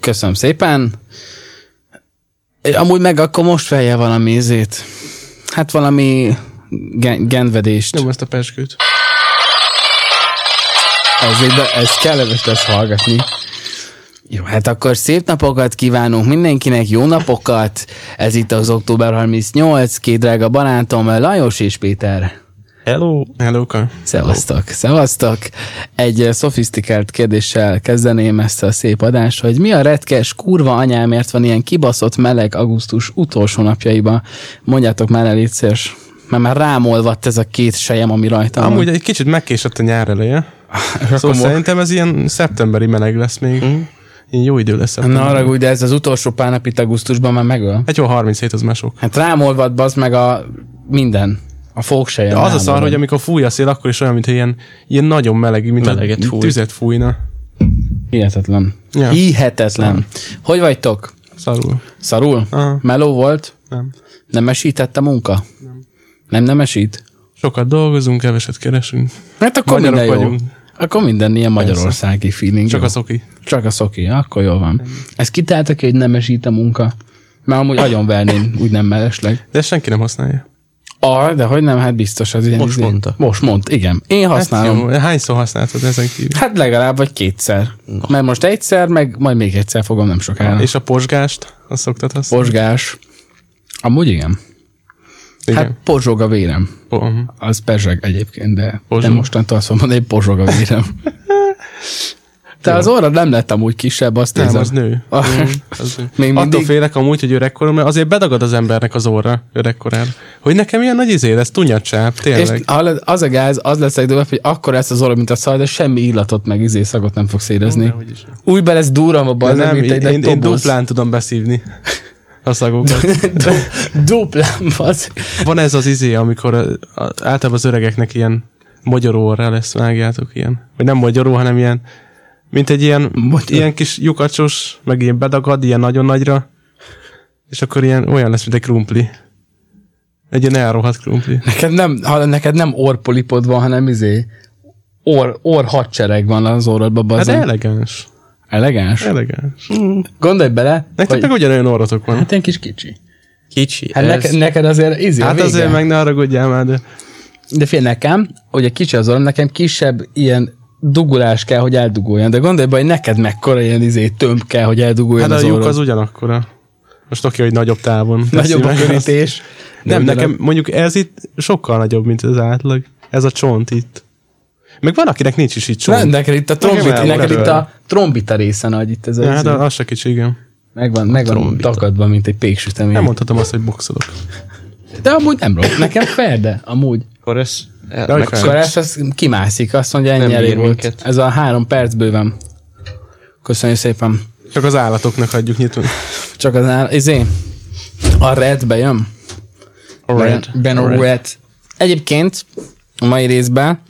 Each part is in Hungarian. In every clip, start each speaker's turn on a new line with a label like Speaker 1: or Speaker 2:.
Speaker 1: Köszönöm szépen. Amúgy meg akkor most felje valami izét. Hát valami gen- genvedést.
Speaker 2: Nem ezt a peskőt.
Speaker 1: Ez, egy, ez kellemes lesz hallgatni. Jó, hát akkor szép napokat kívánunk mindenkinek, jó napokat. Ez itt az október 38, két drága barátom, Lajos és Péter.
Speaker 3: Hello!
Speaker 2: Hellóka.
Speaker 1: Szevasztok, szevasztok. Egy eh, szofisztikált kérdéssel kezdeném ezt a szép adást, hogy mi a retkes kurva anyámért van ilyen kibaszott meleg augusztus utolsó napjaiban. Mondjátok már el, légy szíves, mert már rám olvadt ez a két sejem, ami rajtam
Speaker 2: Amúgy egy kicsit megkésett a nyár eleje. szóval
Speaker 1: mo-
Speaker 2: szerintem ez ilyen szeptemberi meleg lesz még. Mm. Jó idő lesz
Speaker 1: van.
Speaker 2: szeptember.
Speaker 1: Hm? Na arra, de ez az utolsó pár nap itt augusztusban már megöl.
Speaker 2: Hát jó, 37 az már sok.
Speaker 1: Hát rám olvadt bazd meg a minden. A fogsejem.
Speaker 2: De az a
Speaker 1: rám
Speaker 2: szar,
Speaker 1: olvad.
Speaker 2: hogy amikor fúj a szél, akkor is olyan, mint ilyen, ilyen nagyon meleg, mint
Speaker 3: Meleget
Speaker 2: a
Speaker 3: fúj.
Speaker 2: tüzet fújna.
Speaker 1: Hihetetlen.
Speaker 2: Ja.
Speaker 1: Hihetetlen. Hogy vagytok?
Speaker 2: Szarul.
Speaker 1: Szarul?
Speaker 2: Aha.
Speaker 1: Meló volt?
Speaker 2: Nem.
Speaker 1: Nem esített a munka? Nem. Nem nemesít?
Speaker 2: Sokat dolgozunk, keveset keresünk.
Speaker 1: Hát akkor
Speaker 2: Magyarok
Speaker 1: minden jó.
Speaker 2: vagyunk.
Speaker 1: Akkor minden ilyen magyarországi feeling.
Speaker 2: Csak
Speaker 1: jó.
Speaker 2: a szoki.
Speaker 1: Csak a szoki, akkor jól van. Ez kitáltak ki, hogy nemesít a munka? Mert amúgy agyon verném, úgy nem mellesleg.
Speaker 2: De ezt senki nem használja.
Speaker 1: A, de hogy nem, hát biztos az ilyen.
Speaker 3: Most
Speaker 1: izé-
Speaker 3: mondta.
Speaker 1: Most mondta, igen. Én használom.
Speaker 2: Hát jó, hányszor használtad ezen kívül?
Speaker 1: Hát legalább vagy kétszer. No. Mert most egyszer, meg majd még egyszer fogom nem sokára. És
Speaker 2: És a posgást, azt szoktad használni?
Speaker 1: pozsgás. Amúgy igen. igen. Hát
Speaker 2: Igen.
Speaker 1: pozsog a vérem.
Speaker 2: Po- mhm.
Speaker 1: Az pezseg egyébként, de, de
Speaker 2: Pozsog?
Speaker 1: mostantól azt mondom, hogy pozsog a vérem. Te az orrad nem lett amúgy kisebb, azt
Speaker 2: Nem,
Speaker 1: nézem.
Speaker 2: az nő. Mm.
Speaker 1: Ah,
Speaker 2: Az nő.
Speaker 1: Még
Speaker 2: Attól
Speaker 1: mindig?
Speaker 2: félek amúgy, hogy öregkorom, mert azért bedagad az embernek az orra öregkorán. Hogy nekem ilyen nagy izé lesz, tunyacsáp,
Speaker 1: És
Speaker 2: tényleg.
Speaker 1: hallod, az a gáz, az lesz egy dolog, hogy akkor lesz az orra, mint a szar, de semmi illatot meg izé szagot nem fogsz érezni.
Speaker 2: Dehogyis.
Speaker 1: Új be lesz durram a
Speaker 2: De
Speaker 1: baj,
Speaker 2: nem,
Speaker 1: mint
Speaker 2: én,
Speaker 1: egy
Speaker 2: én,
Speaker 1: én,
Speaker 2: én duplán tudom beszívni a szagokat.
Speaker 1: duplán, fasz.
Speaker 2: Van ez az izé, amikor ö, a- általában az öregeknek ilyen magyaró orra lesz, vágjátok ilyen. Vagy nem magyaró, hanem ilyen, mint egy ilyen, ilyen kis lyukacsos, meg ilyen bedagad, ilyen nagyon nagyra. És akkor ilyen olyan lesz, mint egy krumpli. Egy ilyen elrohadt krumpli.
Speaker 1: Neked nem, ha neked nem orpolipod van, hanem izé, or, or hadsereg van az orrodban,
Speaker 2: Hát
Speaker 1: bazen.
Speaker 2: elegáns.
Speaker 1: Elegáns.
Speaker 2: Elegáns.
Speaker 1: Gondolj bele,
Speaker 2: Nektek
Speaker 1: hogy
Speaker 2: meg ugyanolyan orrotok van.
Speaker 1: hát ilyen kis kicsi.
Speaker 3: Kicsi.
Speaker 1: Hát neked, neked azért izé
Speaker 2: Hát
Speaker 1: a
Speaker 2: azért
Speaker 1: vége.
Speaker 2: meg ne haragudjál már, de Hát
Speaker 1: De fél nekem, hogy a kicsi az orrom, nekem kisebb ilyen dugulás kell, hogy elduguljon. De gondolj be, hogy neked mekkora ilyen izé tömb kell, hogy elduguljon hát
Speaker 2: hát a
Speaker 1: az
Speaker 2: lyuk
Speaker 1: orrod.
Speaker 2: az ugyanakkora. Most oké, hogy nagyobb távon.
Speaker 1: Nagyobb a
Speaker 2: teszi meg azt.
Speaker 1: körítés.
Speaker 2: Nem,
Speaker 1: De
Speaker 2: nekem mondjuk ez itt sokkal nagyobb, mint az átlag. Ez a csont itt. Meg van, akinek nincs is itt csont.
Speaker 1: Nem, neked itt a trombita,
Speaker 2: Nekem
Speaker 1: neked itt
Speaker 2: elmarad.
Speaker 1: a trombita része nagy itt ez a,
Speaker 2: hát
Speaker 1: izé.
Speaker 2: az, az se kicsi, igen.
Speaker 1: megvan, megvan
Speaker 3: trombita.
Speaker 1: takadva, mint egy péksütemény.
Speaker 2: Nem mondhatom azt, hogy boxolok.
Speaker 1: De amúgy nem rossz. Nekem fair, de amúgy.
Speaker 3: Akkor ez...
Speaker 2: Jaj,
Speaker 3: meg-
Speaker 2: fel.
Speaker 1: Karás az kimászik, azt mondja, ennyi
Speaker 3: Nem
Speaker 1: elég
Speaker 3: bír
Speaker 1: volt.
Speaker 3: minket.
Speaker 1: Ez a három perc bőven. Köszönjük szépen.
Speaker 2: Csak az állatoknak adjuk nyitva.
Speaker 1: Csak az áll, izé, a red bejön.
Speaker 2: A red.
Speaker 1: Ben, ben a red. red. Egyébként a mai részben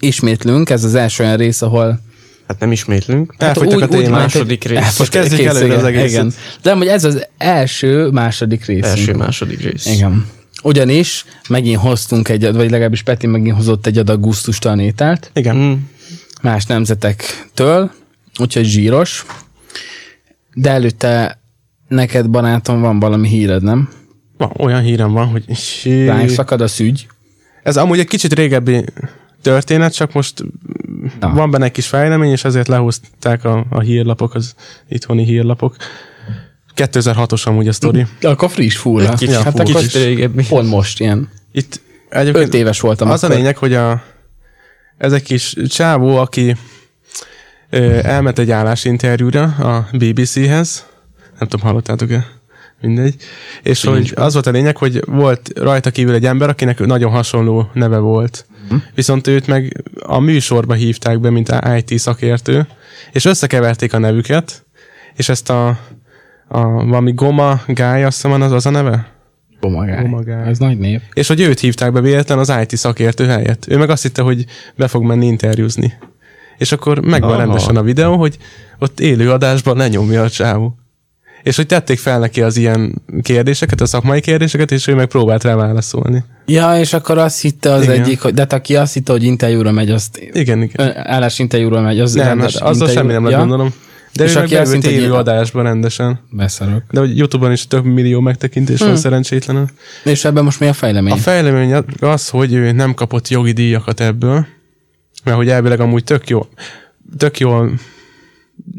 Speaker 1: ismétlünk, ez az első olyan rész, ahol
Speaker 3: Hát nem ismétlünk.
Speaker 2: Elfogytak a
Speaker 1: ment,
Speaker 2: témák.
Speaker 1: hogy-
Speaker 3: Második rész.
Speaker 1: Elfogytak-
Speaker 2: Most kezdjük
Speaker 1: kész,
Speaker 2: előre
Speaker 1: igen,
Speaker 2: az egészet.
Speaker 1: Igen. De hogy ez az első, második rész.
Speaker 3: Első, második rész.
Speaker 1: Igen. Ugyanis megint hoztunk egy, vagy legalábbis Peti megint hozott egy adag gusztustalan ételt
Speaker 2: Igen.
Speaker 3: Mm.
Speaker 1: más nemzetektől, úgyhogy zsíros. De előtte neked, barátom, van valami híred, nem?
Speaker 2: Van, olyan hírem van, hogy... Sí.
Speaker 1: Ránk szakad a szügy.
Speaker 2: Ez amúgy egy kicsit régebbi történet, csak most
Speaker 1: Na.
Speaker 2: Na. van benne egy kis fejlemény, és ezért lehúzták a, a hírlapok, az itthoni hírlapok. 2006-os amúgy a sztori.
Speaker 1: Akkor friss fúra.
Speaker 3: Egy kicsit,
Speaker 1: hát
Speaker 3: fú,
Speaker 1: akkor
Speaker 3: kicsit régebbi.
Speaker 1: pont most ilyen.
Speaker 2: Itt
Speaker 1: Öt
Speaker 2: egyébként
Speaker 1: éves voltam
Speaker 2: az a lényeg, hogy a, ez egy kis csávó, aki ö, elment egy állásinterjúra a BBC-hez, nem tudom, hallottátok-e? Mindegy. És hogy az volt a lényeg, hogy volt rajta kívül egy ember, akinek nagyon hasonló neve volt. Viszont őt meg a műsorba hívták be, mint IT szakértő, és összekeverték a nevüket, és ezt a, a valami Goma Guy, azt hiszem, az, az a neve?
Speaker 1: Gomagály.
Speaker 2: Gomagály.
Speaker 1: Ez nagy név.
Speaker 2: És hogy őt hívták be véletlen az IT szakértő helyett. Ő meg azt hitte, hogy be fog menni interjúzni. És akkor megvan
Speaker 3: Aha.
Speaker 2: rendesen a videó, hogy ott élő adásban lenyomja a csávó. És hogy tették fel neki az ilyen kérdéseket, a szakmai kérdéseket, és ő meg próbált rá válaszolni.
Speaker 1: Ja, és akkor azt hitte az igen.
Speaker 2: Igen.
Speaker 1: egyik, hogy, de hát aki azt hitte, hogy interjúra megy, azt
Speaker 2: Igen, igen.
Speaker 1: ö, állásinterjúra megy, az
Speaker 2: Nem, hát
Speaker 1: rendes
Speaker 2: azzal
Speaker 1: interjú-
Speaker 2: semmi nem lett,
Speaker 1: ja?
Speaker 2: gondolom. De
Speaker 1: És
Speaker 2: és ő
Speaker 1: aki
Speaker 2: aki
Speaker 1: azt
Speaker 2: beült
Speaker 1: mondta, hogy
Speaker 2: élő
Speaker 1: ilyen-
Speaker 2: adásba rendesen.
Speaker 1: Beszarok.
Speaker 2: De hogy Youtube-on is több millió megtekintés
Speaker 1: Hm.
Speaker 2: van szerencsétlenül.
Speaker 1: És ebben most mi a fejlemény?
Speaker 2: A fejlemény az, hogy ő nem kapott jogi díjakat ebből, mert hogy elvileg amúgy tök jó, tök jó,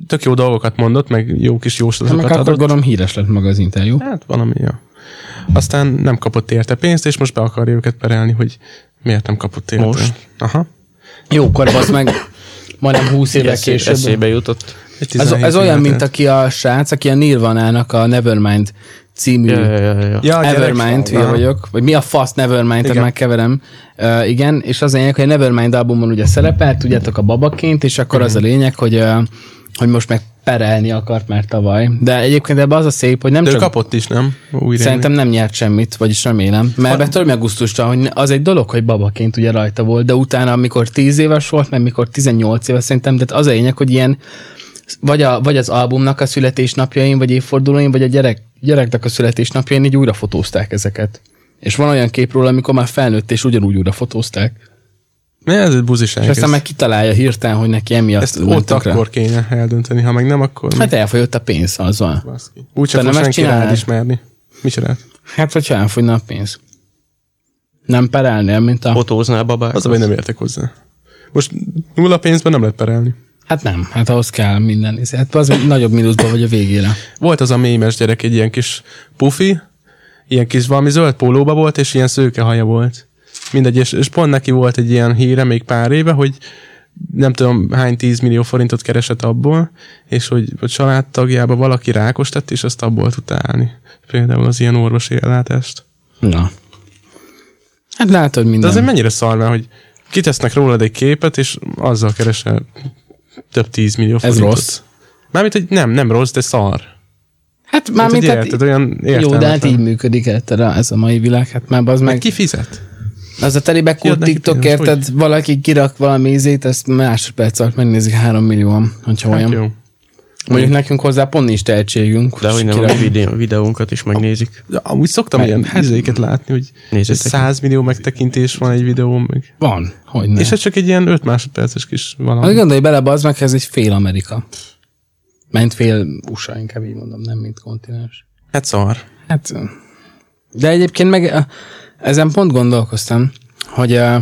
Speaker 2: tök jó dolgokat mondott, meg jó kis
Speaker 1: Hát meg
Speaker 2: jóslatokat
Speaker 1: akkor
Speaker 2: adott.
Speaker 1: gondolom híres lett maga az interjú.
Speaker 2: Hát valami, ja. Aztán nem kapott érte pénzt, és most be akarja őket perelni, hogy miért nem kapott érte.
Speaker 3: Most?
Speaker 2: Aha.
Speaker 1: Jókor az meg majdnem 20 éve
Speaker 3: Eszébe,
Speaker 1: később.
Speaker 3: eszébe jutott.
Speaker 2: Egy
Speaker 1: Ez,
Speaker 2: 17
Speaker 1: ez olyan,
Speaker 2: évente.
Speaker 1: mint aki a srác, aki a Nirvanának a Nevermind című
Speaker 3: Ja, ja, ja, ja.
Speaker 2: Ja, a gyerek-
Speaker 1: Evermind, hülye
Speaker 2: Aha.
Speaker 1: vagyok, vagy mi a fasz Nevermind, tehát
Speaker 2: Igen.
Speaker 1: már keverem. Uh, igen, és az a lényeg, hogy a Nevermind albumon ugye szerepelt, tudjátok, a babaként, és akkor az a
Speaker 2: Mhm.
Speaker 1: lényeg, hogy, uh, hogy most meg perelni akart már tavaly. De egyébként ebben az a szép, hogy nem
Speaker 2: De ő
Speaker 1: csak...
Speaker 2: kapott is, nem? Újra
Speaker 1: Szerintem nem nyert semmit, vagyis remélem. Mert betör meg gusztusra, hogy az egy dolog, hogy babaként ugye rajta volt, de utána, amikor 10 éves volt, meg mikor 18 éves, szerintem, de hát az a lényeg, hogy ilyen vagy, a, vagy az albumnak a születésnapjain, vagy évfordulóin, vagy a gyerek, gyereknek a születésnapjain így újra fotózták ezeket. És van olyan kép róla, amikor már felnőtt, és ugyanúgy újra fotózták.
Speaker 2: Ne, ez egy buziság.
Speaker 1: És aztán
Speaker 2: ez.
Speaker 1: meg kitalálja hirtelen, hogy neki emiatt
Speaker 2: Ezt ott
Speaker 1: mentek rá.
Speaker 2: akkor kéne eldönteni, ha meg nem, akkor
Speaker 1: Hát elfogyott a pénz, az van.
Speaker 2: úgy
Speaker 1: te
Speaker 2: csak
Speaker 1: nem
Speaker 2: most
Speaker 1: ezt
Speaker 2: senki
Speaker 1: csinálnád?
Speaker 2: rád ismerni. Mit csinált?
Speaker 1: Hát, hogyha elfogyna a pénz. Nem perelnél, mint a...
Speaker 3: Fotóznál babák.
Speaker 2: Az a, hogy nem értek hozzá. Most nulla pénzben nem lehet perelni.
Speaker 1: Hát nem, hát ahhoz kell minden. izé. Hát az nagyobb mínuszban vagy a végére.
Speaker 2: Volt az a mémes gyerek, egy ilyen kis pufi, ilyen kis valami zöld pólóba volt, és ilyen szőke haja volt. Mindegy, és, és pont neki volt egy ilyen híre még pár éve, hogy nem tudom hány 10 millió forintot keresett abból, és hogy a családtagjába valaki rákos tett, és azt abból tudta állni. Például az ilyen orvosi ellátást.
Speaker 1: Na. Hát látod
Speaker 2: De
Speaker 1: minden.
Speaker 2: azért mennyire szar, mert hogy kitesznek rólad egy képet, és azzal keresel több 10 millió forintot.
Speaker 1: rossz.
Speaker 2: Mármint, hogy nem, nem rossz, de szar.
Speaker 1: Hát már
Speaker 2: Hát,
Speaker 1: mint
Speaker 2: hogy
Speaker 1: hát,
Speaker 2: érted, olyan értelmetlen.
Speaker 1: jó, de hát így működik érted, a- ez a mai világ. Hát már az
Speaker 2: Meg
Speaker 1: meg,
Speaker 2: ki fizet?
Speaker 1: az a telibe kult
Speaker 2: Kiad neki
Speaker 1: TikTok,
Speaker 2: pénzt,
Speaker 1: érted, valaki kirak valami ízét, ezt másodperc alatt megnézik három millióan, hogyha
Speaker 2: Hát
Speaker 1: olyan.
Speaker 2: jó.
Speaker 1: Mondjuk nekünk hozzá pont nincs tehetségünk.
Speaker 3: De hogy nem, a mi videó- videónkat is megnézik.
Speaker 2: De amúgy szoktam ilyen
Speaker 1: hát-
Speaker 2: izéket látni, hogy
Speaker 3: Nézzétek.
Speaker 2: 100 millió megtekintés van egy videón meg.
Speaker 1: Van, hogy nem.
Speaker 2: És ez csak egy ilyen 5 másodperces kis
Speaker 1: Hát
Speaker 2: valami.
Speaker 1: gondolj bele, az meg ez egy fél Amerika. Ment fél USA, inkább így mondom, nem mint kontinens.
Speaker 2: Hát szar.
Speaker 1: Hát, de egyébként meg eh, ezen pont gondolkoztam, hogy eh,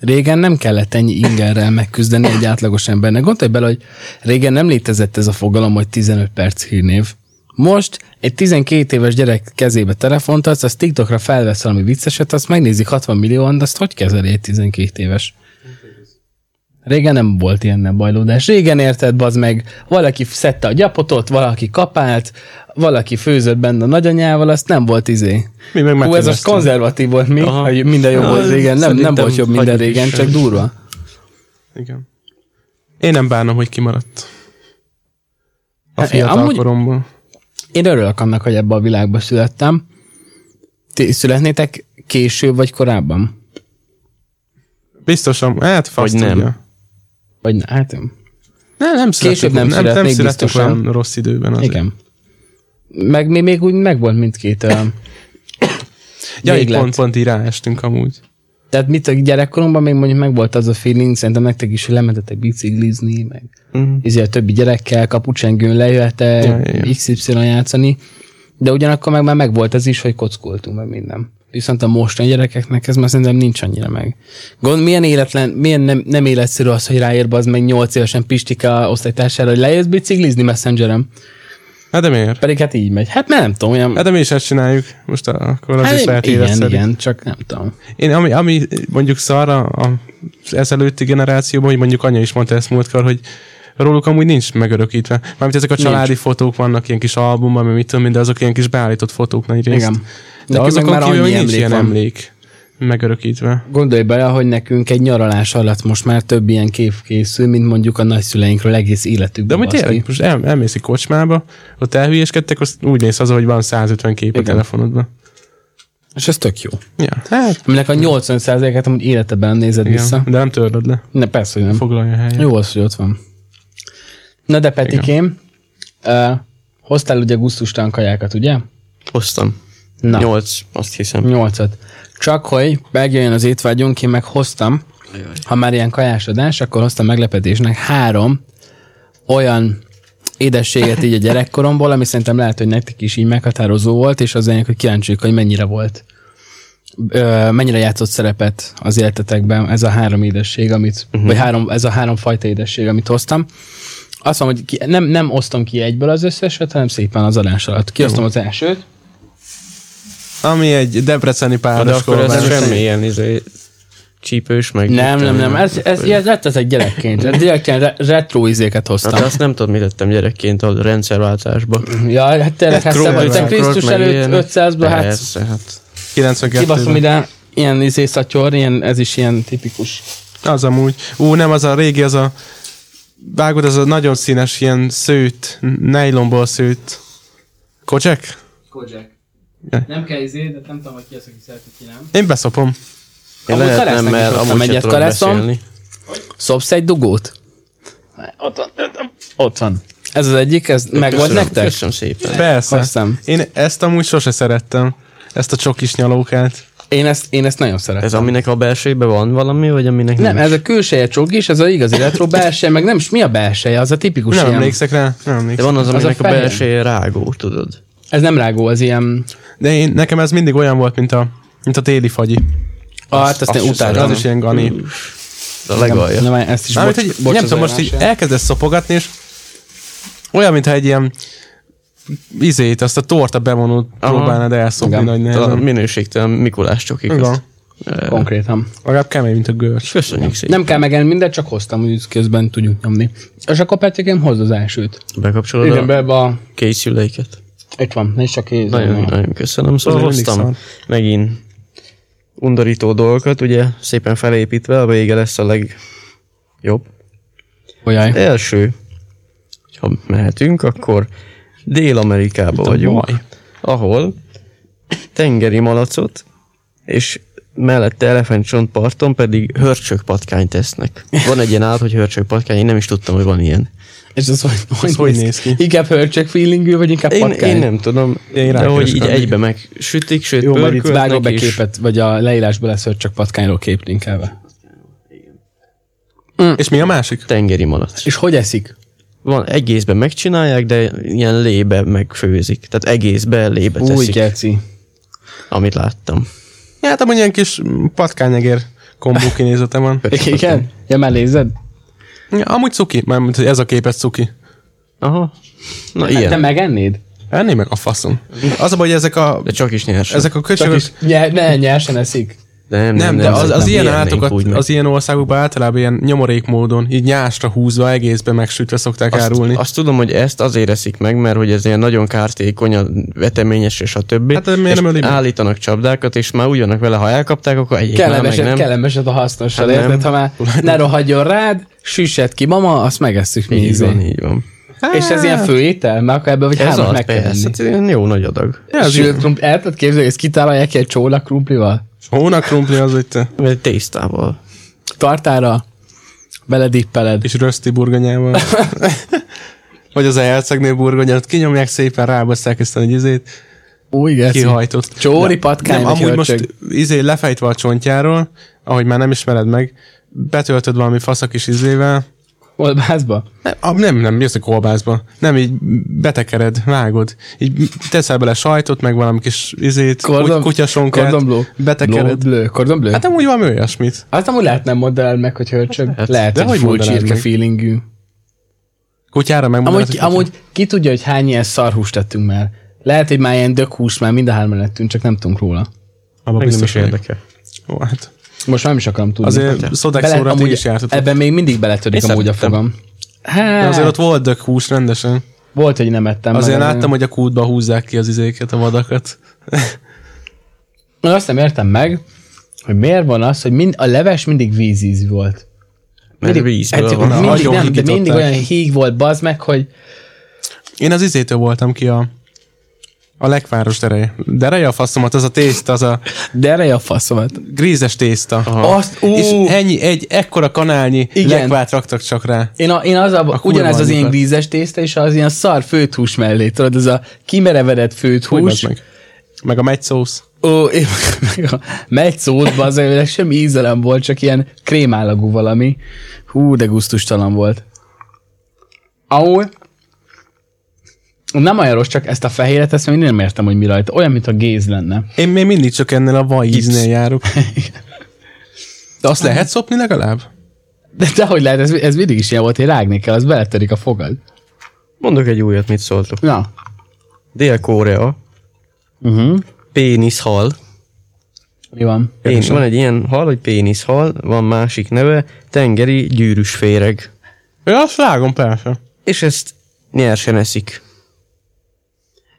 Speaker 1: régen nem kellett ennyi ingerrel megküzdeni egy átlagos embernek. Gondolj bele, hogy régen nem létezett ez a fogalom, hogy 15 perc hírnév. Most egy 12 éves gyerek kezébe telefont adsz, azt TikTokra felvesz valami vicceset, azt megnézik 60 millióan, de azt hogy kezeli egy 12 éves? Régen nem volt ilyen nem bajlódás. Régen érted, bazd meg, valaki szedte a gyapotot, valaki kapált, valaki főzött benne a nagyanyával, azt nem volt izé.
Speaker 2: Mi meg
Speaker 1: Hú, ez az
Speaker 2: megkérdeztünk.
Speaker 1: konzervatív volt mi,
Speaker 3: Aha.
Speaker 1: hogy minden jobb
Speaker 3: Na,
Speaker 1: volt régen. Nem, nem
Speaker 3: szerintem
Speaker 1: volt jobb minden
Speaker 3: hagyjuk
Speaker 1: régen,
Speaker 3: is.
Speaker 1: csak durva.
Speaker 2: Igen. Én nem bánom, hogy kimaradt. A
Speaker 1: Hát,
Speaker 2: fiatal
Speaker 1: amúgy-
Speaker 2: koromból.
Speaker 1: Én örülök annak, hogy ebbe a világba születtem. Ti születnétek később vagy korábban?
Speaker 2: Biztosan, hát fasz
Speaker 3: Vagy nem.
Speaker 2: Tudja.
Speaker 1: Vagy ne, hát én.
Speaker 2: Ne, nem születtünk,
Speaker 1: Később nem
Speaker 2: nem,
Speaker 1: szület,
Speaker 2: nem
Speaker 1: még
Speaker 2: születtünk
Speaker 1: biztosan.
Speaker 2: olyan rossz időben azért.
Speaker 1: Igen. Meg mi még úgy megvolt mindkét. ö,
Speaker 2: Ja, így
Speaker 1: véglet.
Speaker 2: pont, pont így ráestünk amúgy.
Speaker 1: Tehát mit a gyerekkoromban még mondjuk megvolt az a feeling, szerintem nektek is, hogy lementetek biciklizni, meg
Speaker 3: Mhm.
Speaker 1: izé a többi gyerekkel, kapucsengőn lejöhet
Speaker 2: Ja, ja, ja.
Speaker 1: XY játszani, de ugyanakkor meg már megvolt ez is, hogy kockoltunk meg minden. Viszont a mostani gyerekeknek ez már szerintem nincs annyira meg. Gond, milyen életlen, milyen nem, nem életszerű az, hogy ráér az meg 8 évesen Pistika osztálytársára, hogy lejössz biciklizni messengerem.
Speaker 2: Hát de miért?
Speaker 1: Pedig hát így megy. Hát mert nem tudom, olyan...
Speaker 2: Hát de mi is ezt csináljuk. Most akkor az
Speaker 1: hát,
Speaker 2: is lehet
Speaker 1: igen,
Speaker 2: életszerű.
Speaker 1: igen, csak nem tudom.
Speaker 2: Én, ami, ami mondjuk szar a, a az ezelőtti generációban, hogy mondjuk anya is mondta ezt múltkor, hogy róluk amúgy nincs megörökítve. Mármint ezek a családi nincs. fotók vannak, ilyen kis albumban, meg mit tudom én, de azok ilyen kis beállított fotók nagy részt.
Speaker 1: Igen. Nekünk
Speaker 2: De
Speaker 1: meg
Speaker 2: azokon
Speaker 1: már
Speaker 2: kívül
Speaker 1: annyi
Speaker 2: hogy nincs
Speaker 1: emlék
Speaker 2: ilyen
Speaker 1: van.
Speaker 2: emlék megörökítve.
Speaker 1: Gondolj bele, hogy nekünk egy nyaralás alatt most már több ilyen kép készül, mint mondjuk a nagyszüleinkről egész életükben.
Speaker 2: De amúgy
Speaker 1: baszki.
Speaker 2: tényleg, most el, elmész egy kocsmába, ott elhülyéskedtek, azt úgy néz haza, hogy van 150 kép a
Speaker 1: Igen.
Speaker 2: telefonodban.
Speaker 1: És ez tök jó.
Speaker 2: Ja, hát,
Speaker 1: Aminek a 80%-át amúgy életedben nem nézed
Speaker 2: igen,
Speaker 1: vissza.
Speaker 2: de nem törlöd le.
Speaker 1: Ne, persze, hogy nem.
Speaker 2: Foglalja a helyet.
Speaker 1: Jó az, hogy ott van. Na de Petikém, uh, hoztál ugye gusztustalan kajákat, ugye?
Speaker 3: Hoztam.
Speaker 1: Na.
Speaker 3: Nyolc, azt hiszem.
Speaker 1: Nyolcat. Csak hogy megjön az étvágyunk, én meg hoztam, ha már ilyen kajás adás, akkor hoztam meglepetésnek három olyan édességet így a gyerekkoromból, ami szerintem lehet, hogy nektek is így meghatározó volt, és az lényeg, hogy kíváncsiak, hogy mennyire volt, ö, mennyire játszott szerepet az életetekben ez a három édesség, amit, uh-huh. vagy három, ez a három fajta édesség, amit hoztam. Azt mondom, hogy ki, nem, nem osztom ki egyből az összeset, hanem szépen az adás alatt. Kiosztom az elsőt.
Speaker 2: Ami egy debreceni
Speaker 3: Na, de
Speaker 2: páros
Speaker 3: akkor ez
Speaker 2: kolbász.
Speaker 3: semmi ilyen izé, csípős, meg...
Speaker 1: Nem, nem, nem, ez, ez, ez lett ezek gyerekként. Ez direkt ilyen re- retro izéket
Speaker 3: Na,
Speaker 1: hoztam.
Speaker 3: de Hát azt nem tudod, mit tettem gyerekként a rendszerváltásba.
Speaker 1: Ja, hát tényleg, hát
Speaker 2: Retro,
Speaker 1: te vagy te
Speaker 2: retro,
Speaker 1: Krisztus
Speaker 3: meg
Speaker 1: előtt
Speaker 3: ilyenek.
Speaker 1: 500-ban, hát
Speaker 3: Persze, hát.
Speaker 2: 92
Speaker 1: kibaszom ide, ilyen izé szatyor, ilyen, ez is ilyen tipikus.
Speaker 2: Az amúgy. Ú, nem, az a régi, az a... Vágod, az a nagyon színes, ilyen szőt, nejlomból szőt. Kocsek?
Speaker 1: Kojak.
Speaker 2: Ja.
Speaker 1: Nem kell izé, de nem tudom, hogy ki az, aki szereti, ki nem.
Speaker 2: Én beszopom.
Speaker 3: Én
Speaker 1: Amúgy
Speaker 3: lehet nem,
Speaker 1: kalásznak is
Speaker 3: mert
Speaker 1: hoztam
Speaker 3: amúgy se
Speaker 1: egyet,
Speaker 3: tudok
Speaker 1: kalászom.
Speaker 3: beszélni.
Speaker 1: Szopsz egy dugót? Ott van. Ott van. Ez az egyik, ez meg volt
Speaker 3: Köszönöm,
Speaker 1: nektek?
Speaker 3: Köszönöm szépen.
Speaker 2: Persze.
Speaker 1: Hoztam.
Speaker 2: Én ezt amúgy sose szerettem. Ezt a csokis nyalókát.
Speaker 1: Én ezt, én ezt nagyon szeretem.
Speaker 3: Ez aminek a belsőjében van valami, vagy aminek
Speaker 1: Nem,
Speaker 3: nem?
Speaker 1: ez a külseje csokis, ez az igazi retro belseje, meg nem is mi a belseje, az a tipikus
Speaker 2: Nem
Speaker 1: ilyen.
Speaker 2: emlékszek rá? Nem
Speaker 3: De
Speaker 2: emlékszek.
Speaker 3: van az,
Speaker 1: a
Speaker 3: aminek a,
Speaker 1: fehér.
Speaker 3: belsője rágó, tudod.
Speaker 1: Ez nem rágó, az ilyen,
Speaker 2: De én, nekem ez mindig olyan volt, mint a, mint a téli fagyi.
Speaker 1: ah, hát azt
Speaker 3: azt
Speaker 1: én
Speaker 3: se
Speaker 1: utáltam.
Speaker 2: Az is ilyen gani.
Speaker 3: Ez A legalja.
Speaker 1: Nem, nem, ezt is
Speaker 2: Mármint,
Speaker 1: bocs,
Speaker 2: hogy
Speaker 1: bocs
Speaker 2: nem
Speaker 1: az
Speaker 2: tudom, most így
Speaker 1: elvásár.
Speaker 2: elkezdesz szopogatni, és olyan, mintha egy ilyen izét, azt a torta bevonót
Speaker 3: Aha.
Speaker 2: próbálnád elszopni
Speaker 1: Igen.
Speaker 2: nagy
Speaker 3: A
Speaker 2: nehezen.
Speaker 3: minőségtelen Mikulás csokikat.
Speaker 2: Igen.
Speaker 1: Konkrétan.
Speaker 2: Legalább kemény, mint a görcs.
Speaker 3: Köszönjük szépen.
Speaker 1: Nem kell megenni mindent, csak hoztam, hogy közben tudjuk nyomni. És akkor Petrikém hozd az elsőt.
Speaker 3: Bekapcsolod
Speaker 1: Igen,
Speaker 3: a
Speaker 1: be be a...
Speaker 3: készüléket.
Speaker 1: Itt van, nincs csak kéz.
Speaker 3: Nagyon, nagyon köszönöm. Szóval
Speaker 2: Mindig
Speaker 3: hoztam
Speaker 2: szar.
Speaker 3: megint undorító dolgokat, ugye szépen felépítve, a vége lesz a legjobb.
Speaker 1: Olyaj.
Speaker 3: Első, ha mehetünk, akkor Dél-Amerikába vagyunk,
Speaker 2: baj?
Speaker 3: ahol tengeri malacot, és mellette elefántcsontparton pedig hörcsökpatkányt tesznek. Van egy ilyen állat, hogy hörcsökpatkány, én nem is tudtam, hogy van ilyen.
Speaker 1: És ez hogy, hogy,
Speaker 2: hogy néz ki?
Speaker 1: Inkább hörcsök feelingű, vagy inkább
Speaker 3: Én,
Speaker 1: patkány?
Speaker 3: én nem tudom,
Speaker 2: Én
Speaker 3: de hogy így
Speaker 2: rákerestem.
Speaker 3: egybe megsütik, sőt
Speaker 1: Jó, majd itt
Speaker 3: pörkölnek
Speaker 1: vágok be
Speaker 3: is.
Speaker 1: képet, vagy a leírásban lesz hörcsök patkányról kép linkelve. Mm.
Speaker 2: És mi a másik?
Speaker 3: Tengeri malac.
Speaker 1: És hogy eszik?
Speaker 3: Van, egészben megcsinálják, de ilyen lébe megfőzik. Tehát egészbe lébe
Speaker 1: Új
Speaker 3: teszik,
Speaker 1: keci.
Speaker 3: amit láttam.
Speaker 2: Ja, Hát amúgy ilyen kis patkányegér kombó kinézete van.
Speaker 1: Igen? Ja, mellézed?
Speaker 2: Ja, amúgy cuki, mármint hogy ez a képes cuki.
Speaker 3: Aha. Na
Speaker 1: Te
Speaker 3: ilyen.
Speaker 1: megennéd?
Speaker 2: Enné meg a faszom. Az a baj, hogy ezek a,
Speaker 3: De csak is nyers.
Speaker 2: ezek a köcsögök...
Speaker 1: Nye, ne, nyersen eszik.
Speaker 3: Nem,
Speaker 2: Nem, de az, az ilyen
Speaker 3: Ilyennénk
Speaker 2: állatokat,
Speaker 3: úgy meg.
Speaker 2: az ilyen országokban általában ilyen nyomorék módon, így nyásra húzva, egészbe megsütve szokták
Speaker 3: azt,
Speaker 2: árulni.
Speaker 3: Azt tudom, hogy ezt azért eszik meg, mert hogy ez ilyen nagyon kártékony, a veteményes és a többi.
Speaker 2: Hát, de miért
Speaker 3: és
Speaker 2: nem öli meg?
Speaker 3: állítanak csapdákat, és már úgy jönnek vele, ha elkapták, akkor egyik már meg
Speaker 1: Kellemeset,
Speaker 3: nem.
Speaker 1: kellemeset a hasznossal,
Speaker 3: Hát nem.
Speaker 1: érted? Ha már ne rohadjon rád, süssed ki, mama, azt megesszük mi
Speaker 3: Így
Speaker 1: ízé.
Speaker 3: van, így van.
Speaker 1: És ez ilyen főétel? Mert akkor ebből vagy
Speaker 3: Ez
Speaker 1: hármat
Speaker 3: az,
Speaker 1: meg kell
Speaker 3: persze,
Speaker 1: enni.
Speaker 3: hát ilyen jó nagy adag.
Speaker 1: Sőt, krumpli, el tudod képzelni, hogy ezt kitalálják egy csóla krumplival?
Speaker 2: Hónak krumpli az, hogy te...
Speaker 3: Mert tésztával.
Speaker 1: Tartára, beledippeled.
Speaker 2: És röszti burgonyával. Vagy az a hercegnél burgonyát, kinyomják szépen, rábaszták ezt a egy izét,
Speaker 1: Új, geci.
Speaker 2: kihajtott.
Speaker 1: Csóri patkány,
Speaker 2: Nem,
Speaker 1: vagy
Speaker 2: amúgy
Speaker 1: hörcsög?
Speaker 2: most izé lefejtve a csontjáról, ahogy már nem ismered meg, betöltöd valami faszak is izével,
Speaker 1: Olbászba?
Speaker 2: nem, a- nem, nem, mi az a kolbászba? Nem, így betekered, vágod. Így teszel bele sajtot, meg valami kis izét,
Speaker 1: Kordon-
Speaker 2: Kordon, kutyasonkát,
Speaker 1: kordonbló.
Speaker 2: betekered.
Speaker 1: Blő, kordon blő.
Speaker 2: Hát nem úgy van olyasmit.
Speaker 1: Azt amúgy lehet nem mondanád meg, hogy hörcsög. Lehet, lehet
Speaker 2: de
Speaker 1: hogy
Speaker 2: hogy
Speaker 1: full
Speaker 2: mondanád
Speaker 1: csirke
Speaker 2: meg? hát,
Speaker 1: feelingű.
Speaker 2: Kutyára megmondod.
Speaker 1: Amúgy, amúgy ki tudja, hogy hány ilyen szarhúst tettünk már. Lehet, hogy már ilyen dökhúst már mind a hárman lettünk, csak nem tudunk róla.
Speaker 2: Abba
Speaker 3: Meg nem
Speaker 2: biztos
Speaker 3: is
Speaker 2: vagyok.
Speaker 3: érdekel.
Speaker 2: Ó, hát.
Speaker 1: Most már nem is akarom tudni.
Speaker 2: Azért szodák szóra ti is jártatok.
Speaker 1: ebben még mindig beletörik
Speaker 3: Én
Speaker 1: amúgy a
Speaker 3: szerettem.
Speaker 1: fogam.
Speaker 2: De
Speaker 1: Hát,
Speaker 2: azért ott volt dök hús rendesen.
Speaker 1: volt, hogy nem ettem.
Speaker 2: Azért
Speaker 1: meg,
Speaker 2: láttam, hogy a kútba húzzák ki az izéket, a vadakat.
Speaker 1: Én azt nem értem meg, hogy miért van az, hogy mind, a leves mindig vízíz volt.
Speaker 3: Mert vízből
Speaker 1: egyszer-
Speaker 3: van.
Speaker 2: Na,
Speaker 1: mindig,
Speaker 2: nagyon
Speaker 1: nem, de
Speaker 2: higították.
Speaker 1: mindig olyan híg volt, bazd meg, hogy
Speaker 2: Én az izétől voltam ki a a lekváros derej. Derej a faszomat, az a tészta, az a
Speaker 1: de erre a faszomat.
Speaker 2: grízes tészta.
Speaker 1: Azt, ú,
Speaker 2: És ennyi, egy ekkora kanálnyi
Speaker 1: Igen.
Speaker 2: Igen. lekvárt raktak csak rá.
Speaker 1: Én, a, én az a,
Speaker 2: kurva
Speaker 1: ugyanez az ilyen
Speaker 2: anyukat.
Speaker 1: grízes tészta, és az ilyen szar főtt hús mellé, tudod, ez a kimerevedett főtt
Speaker 2: Hogy
Speaker 1: hús.
Speaker 2: bazd meg? Meg a megyszósz.
Speaker 1: Ó, én, meg a megy szótba, az előleg semmi ízelem volt, csak ilyen krémálagú valami. Hú, de gusztustalan volt. Ahol Nem olyan rossz, csak ezt a fehéret, ezt még mindig nem értem, hogy mi rajta. Olyan, mint a géz lenne.
Speaker 2: Én még mindig csak ennél a vajíznél járok. De azt lehet szopni legalább?
Speaker 1: De, de hogy lehet, ez, ez mindig is ilyen volt, hogy rágni kell, az beletörik a fogad.
Speaker 3: Mondok egy újat, mit szóltok.
Speaker 1: Na.
Speaker 3: Dél-Korea,
Speaker 1: Uh-huh.
Speaker 3: péniszhal.
Speaker 1: Mi van?
Speaker 3: Én, van egy ilyen hal, hogy péniszhal, van másik neve, tengeri gyűrűs féreg.
Speaker 2: Ja, azt vágom persze.
Speaker 3: És ezt nyersen eszik.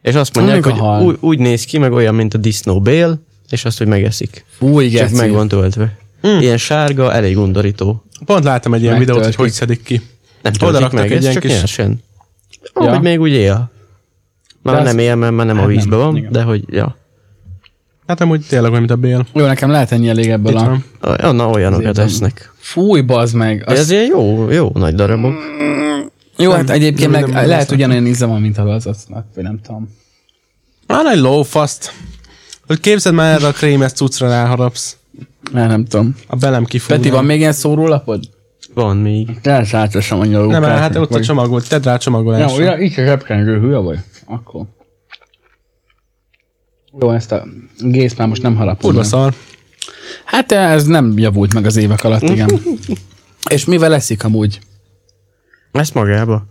Speaker 3: És azt mondják,
Speaker 1: Amíg a hal.
Speaker 3: hogy úgy, úgy néz ki, meg olyan, mint a disznóbél, és azt, hogy megeszik.
Speaker 1: Új,
Speaker 3: Csak
Speaker 1: geci. Hmm.
Speaker 3: meg van töltve. Mm. Ilyen sárga, elég undorító.
Speaker 2: Pont láttam egy ilyen videót, hogy
Speaker 1: Megtöltik.
Speaker 2: hogy szedik ki.
Speaker 3: Nem
Speaker 2: Oda
Speaker 3: töltik
Speaker 2: raktak
Speaker 3: meg,
Speaker 2: egy
Speaker 3: ez
Speaker 2: ilyen
Speaker 3: csak
Speaker 2: kis-
Speaker 3: nyersen. Amúgy
Speaker 1: Ja.
Speaker 3: még úgy él. Már
Speaker 1: De az-
Speaker 3: nem él, mert már nem a
Speaker 1: Hát nem,
Speaker 3: vízben van,
Speaker 1: igen.
Speaker 3: de hogy, ja.
Speaker 2: Hát amúgy tényleg olyan, mint a bél.
Speaker 1: Jó, nekem lehet ennyi elég ebből
Speaker 2: Itt
Speaker 1: a...
Speaker 2: van.
Speaker 3: Ja, na olyanokat
Speaker 1: van.
Speaker 3: esznek.
Speaker 1: Fúj, bazd meg!
Speaker 3: De
Speaker 1: Azt...
Speaker 3: ez ilyen jó, jó nagy darabok.
Speaker 1: Jó,
Speaker 2: nem-
Speaker 1: hát egyébként
Speaker 2: nem
Speaker 1: meg
Speaker 2: minden
Speaker 1: lehet
Speaker 2: lesz.
Speaker 1: ugyanolyan íze van, mint a lazacnak, vagy nem tudom.
Speaker 2: Van egy lófaszt. Hogy képzeld már erre a krémes cuccra ráharapsz.
Speaker 1: Már nem tudom.
Speaker 2: A belem kifúj.
Speaker 1: Peti, van még ilyen szórólapod?
Speaker 3: Van még.
Speaker 1: Lehet szálltassam annyira
Speaker 2: Nem, hát ott a csomagol, tedd rá a
Speaker 1: Ja,
Speaker 2: csomagolásra.
Speaker 1: ugye, itt a zsebkendő, hülye vagy? Akkor. Jó, ezt a gész már most nem harapom.
Speaker 2: Kurva
Speaker 1: meg.
Speaker 2: szar.
Speaker 1: Hát ez nem javult meg az évek alatt, igen. És mivel eszik amúgy?
Speaker 3: Ezt magába.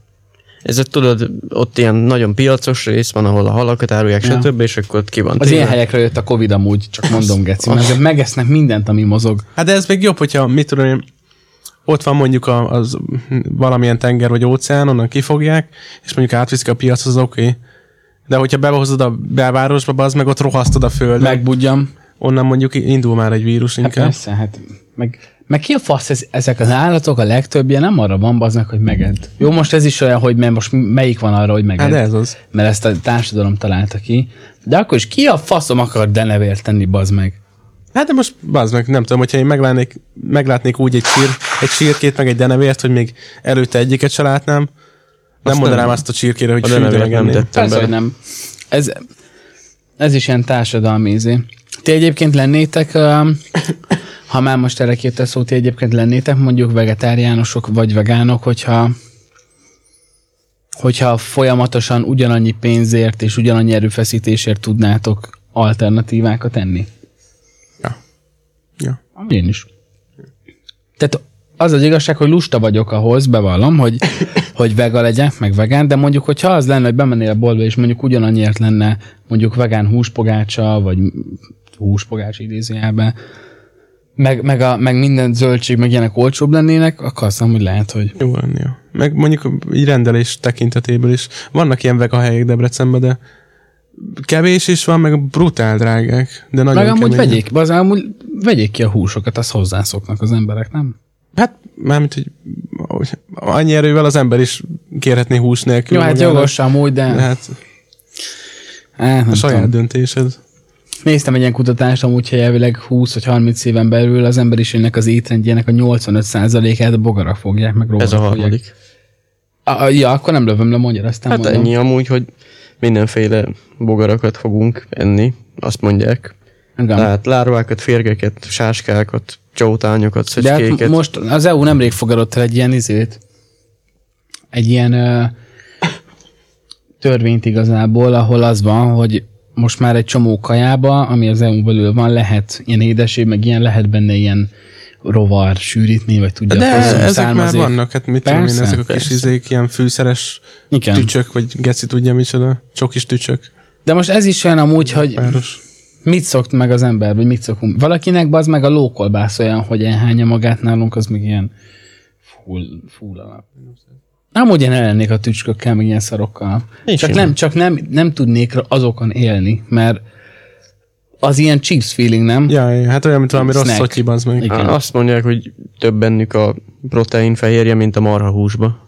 Speaker 3: Ez ott tudod, ott ilyen nagyon piacos rész van, ahol a halakat árulják,
Speaker 1: Ja.
Speaker 3: stb. és akkor ott ki van.
Speaker 1: Az
Speaker 3: téve.
Speaker 1: ilyen helyekre jött a Covid amúgy, csak mondom, Geci, mert ezek megesznek mindent, ami mozog.
Speaker 2: Hát de ez még jobb, hogyha mit tudom én, ott van mondjuk a, az valamilyen tenger vagy óceán, onnan kifogják, és mondjuk átviszik a piachoz, az oké. Okay. De hogyha behozod a belvárosba, az meg ott rohasztod a föld. Meg...
Speaker 1: Megbudjam.
Speaker 2: Onnan mondjuk indul már egy vírus
Speaker 1: Hát
Speaker 2: inkább.
Speaker 1: persze, hát meg, meg ki a fasz, ez, ezek az állatok, a legtöbbje nem arra van baznak, hogy meged. Jó, most ez is olyan, hogy mert most melyik van arra, hogy meged.
Speaker 2: Hát de ez az.
Speaker 1: Mert ezt a társadalom találta ki. De akkor is ki a faszom akar denevért tenni, bazd meg?
Speaker 2: Hát de most bazd meg, nem tudom, hogyha én meglátnék, meglátnék úgy egy, sír, egy sírkét, meg egy denevért, hogy még előtte egyiket se látnám, nem
Speaker 3: nem.
Speaker 2: mondanám azt a csirkére, hogy
Speaker 3: A denevért
Speaker 2: sűrűleg
Speaker 3: nem
Speaker 2: enném.
Speaker 3: tett.
Speaker 1: Persze,
Speaker 3: Ember.
Speaker 1: hogy nem. Ez, ez is ilyen társadalmi izé. Ti egyébként lennétek, öm, ha már most erre két szó, ti egyébként lennétek mondjuk vegetáriánusok vagy vegánok, hogyha hogyha folyamatosan ugyanannyi pénzért és ugyanannyi erőfeszítésért tudnátok alternatívákat enni.
Speaker 2: Ja.
Speaker 1: Én is. Tehát az az igazság, hogy lusta vagyok ahhoz, bevallom, hogy, hogy vega legyek, meg vegán, de mondjuk, hogyha az lenne, hogy bemennél a boltba, és mondjuk ugyanannyiért lenne mondjuk vegán húspogácsa, vagy húspogács idézőjelben, meg, meg, a, meg minden zöldség, meg ilyenek olcsóbb lennének, akkor azt mondom, hogy lehet, hogy
Speaker 2: Jó lenni, jó. Meg mondjuk így rendelés tekintetéből is. Vannak ilyen vega helyek Debrecenben, de kevés is van, meg brutál drágák. De nagyon
Speaker 1: meg amúgy
Speaker 2: kemények.
Speaker 1: vegyék, az amúgy vegyék ki a húsokat, azt hozzászoknak az emberek, nem?
Speaker 2: Hát, mármint, hogy hogy annyi erővel az ember is kérhetné hús nélkül.
Speaker 1: Jó, hát
Speaker 2: magának.
Speaker 1: jogos amúgy, de...
Speaker 2: De
Speaker 1: Hát,
Speaker 2: hát
Speaker 1: nem
Speaker 2: a
Speaker 1: tudom.
Speaker 2: saját döntésed.
Speaker 1: Néztem egy ilyen kutatást, amúgy, hogy elvileg 20 vagy 30 éven belül az emberiségnek az étrendjének a 85%-át bogarak fogják, meg rovarok
Speaker 3: Ez a
Speaker 1: fogják.
Speaker 3: harmadik.
Speaker 1: A, a, ja, akkor nem lövöm le, mondja, aztán
Speaker 3: Hát
Speaker 1: mondom.
Speaker 3: ennyi amúgy, hogy mindenféle bogarakat fogunk enni, azt mondják.
Speaker 1: Igen.
Speaker 3: Tehát lárvákat, férgeket, sáskákat, csótányokat,
Speaker 1: De hát
Speaker 3: szöcskéket.
Speaker 1: most az EU nemrég fogadott el egy ilyen izét, egy ilyen ö, törvényt igazából, ahol az van, hogy most már egy csomó kajába, ami az EU belül van, lehet ilyen édeség, meg ilyen lehet benne ilyen rovar sűrítni, vagy tudja,
Speaker 2: De
Speaker 1: hozzá
Speaker 2: ezek már
Speaker 1: származik.
Speaker 2: vannak, hát mit tudom én,
Speaker 1: Persze,
Speaker 2: ezek a kis
Speaker 1: persze.
Speaker 2: izék, ilyen fűszeres
Speaker 1: Igen.
Speaker 2: tücsök, vagy geci tudja micsoda, csokis tücsök.
Speaker 1: De most ez is olyan amúgy, hogy
Speaker 2: Páros.
Speaker 1: mit szokt meg az ember, vagy mit szokunk. Valakinek az meg a lókolbász olyan, hogy elhányja magát nálunk, az meg ilyen full, full alap. Amúgy én ellennék a tücskökkel, meg ilyen szarokkal.
Speaker 3: Én
Speaker 1: csak
Speaker 3: sem.
Speaker 1: nem, csak nem, nem tudnék azokon élni, mert az ilyen chips feeling, nem?
Speaker 2: Ja, ja, hát olyan, mint valami rossz
Speaker 1: Snack.
Speaker 2: szotyiban az meg.
Speaker 1: Igen.
Speaker 3: Azt mondják, hogy több bennük a protein fehérje, mint a marha húsba.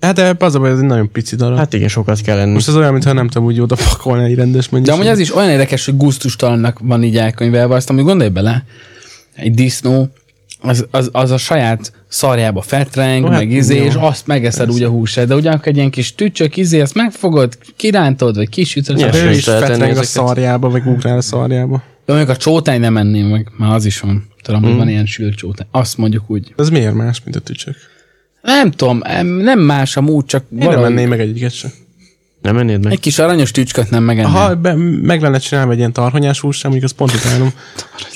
Speaker 2: Hát de az a baj, ez egy nagyon pici darab.
Speaker 3: Hát igen, sokat kell enni.
Speaker 2: Most ez olyan, mintha nem tudom úgy odapakolni egy rendes
Speaker 1: De
Speaker 2: mennyiséget.
Speaker 1: amúgy az is olyan érdekes, hogy guztustalannak van így elkönyvelve, azt amúgy gondolj bele, egy disznó, az, az, az a saját szarjába fetreng,
Speaker 2: Ó,
Speaker 1: hát,
Speaker 2: hát
Speaker 1: meg izé,
Speaker 2: jó.
Speaker 1: és azt megeszed úgy a húsát, de ugyanakkor egy ilyen kis tücsök izé, azt megfogod, kirántod, vagy kisütöd,
Speaker 3: Ja.
Speaker 1: yes.
Speaker 2: De ő
Speaker 3: Sem
Speaker 2: is
Speaker 3: kell tenni
Speaker 2: fetreng a
Speaker 3: ezeket.
Speaker 2: szarjába, meg ugrál a szarjába.
Speaker 1: de mondjuk a csótány nem enném meg, már az is van. Tudom,
Speaker 2: Mm.
Speaker 1: hogy van ilyen sült csótány. Azt mondjuk úgy.
Speaker 2: Ez miért más, mint a tücsök?
Speaker 1: Nem tudom, em, nem más a múlt, csak
Speaker 2: Én nem
Speaker 1: valahogy.
Speaker 2: menném meg egyiket sem.
Speaker 3: Nem ennéd meg?
Speaker 1: Egy kis aranyos tücsköt nem megenném.
Speaker 2: Ha be, meg lenne csinálva egy ilyen tarhonyás hús, sem, mondjuk azt pont utálom.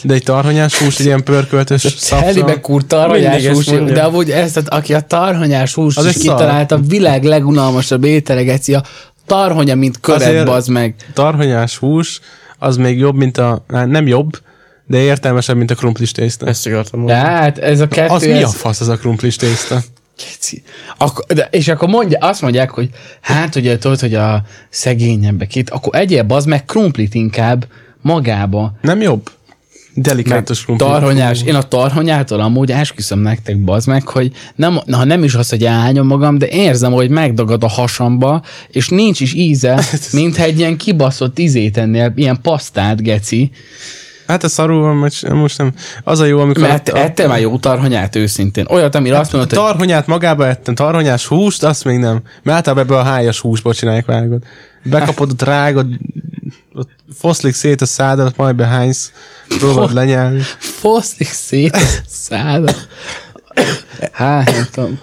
Speaker 2: De egy tarhonyás hús, egy ilyen pörköltös
Speaker 1: Telibe
Speaker 2: szapra.
Speaker 1: kúr tarhonyás
Speaker 3: Mindig ezt
Speaker 1: hús,
Speaker 3: mondja.
Speaker 1: de amúgy ezt, tehát aki a tarhonyás hús
Speaker 2: Az
Speaker 1: is
Speaker 2: egy szar.
Speaker 1: kitalálta, a világ legunalmasabb ételegeci, a tarhonya, mint köret,
Speaker 2: Azért-
Speaker 1: bazd meg.
Speaker 2: Tarhonyás hús, az még jobb, mint a... hát Nem jobb, de értelmesebb, mint a krumplis tészta.
Speaker 3: Ezt akartam
Speaker 1: De
Speaker 3: mondani.
Speaker 1: hát ez a kettő,
Speaker 2: Az mi a
Speaker 1: ez,
Speaker 2: fasz az a krumplis tészta?
Speaker 1: Geci. Ak- de, és akkor mondja, azt mondják, hogy hát ugye tudod, hogy a szegényebbek itt, akkor egyél bazd meg krumplit inkább magába.
Speaker 2: Nem jobb? Delikátus krumpli.
Speaker 1: Hát, Tarhonyás, én a tarhonyától amúgy esküszöm nektek, bazd meg, hogy nem, na, ha nem is az, hogy elhányom magam, de érzem, hogy megdagad a hasamba, és nincs is íze, mintha egy ilyen kibaszott izét ennél, ilyen pasztát, geci.
Speaker 2: Hát a szarul van, most- most nem. Az a jó, amikor...
Speaker 1: Mert Hát,
Speaker 2: a, a,
Speaker 1: ettem már jó tarhonyát őszintén. Olyat, amire azt mondod, hogy
Speaker 2: tarhonyát magába ettem, tarhonyás húst, azt még nem. Mert általában ebből a hájas húsból csinálják vágod. Bekapod a drágot, ott foszlik szét a szádat, majd behánysz, próbáld lenyelni.
Speaker 1: foszlik szét a szádat. Hát, nem tudom.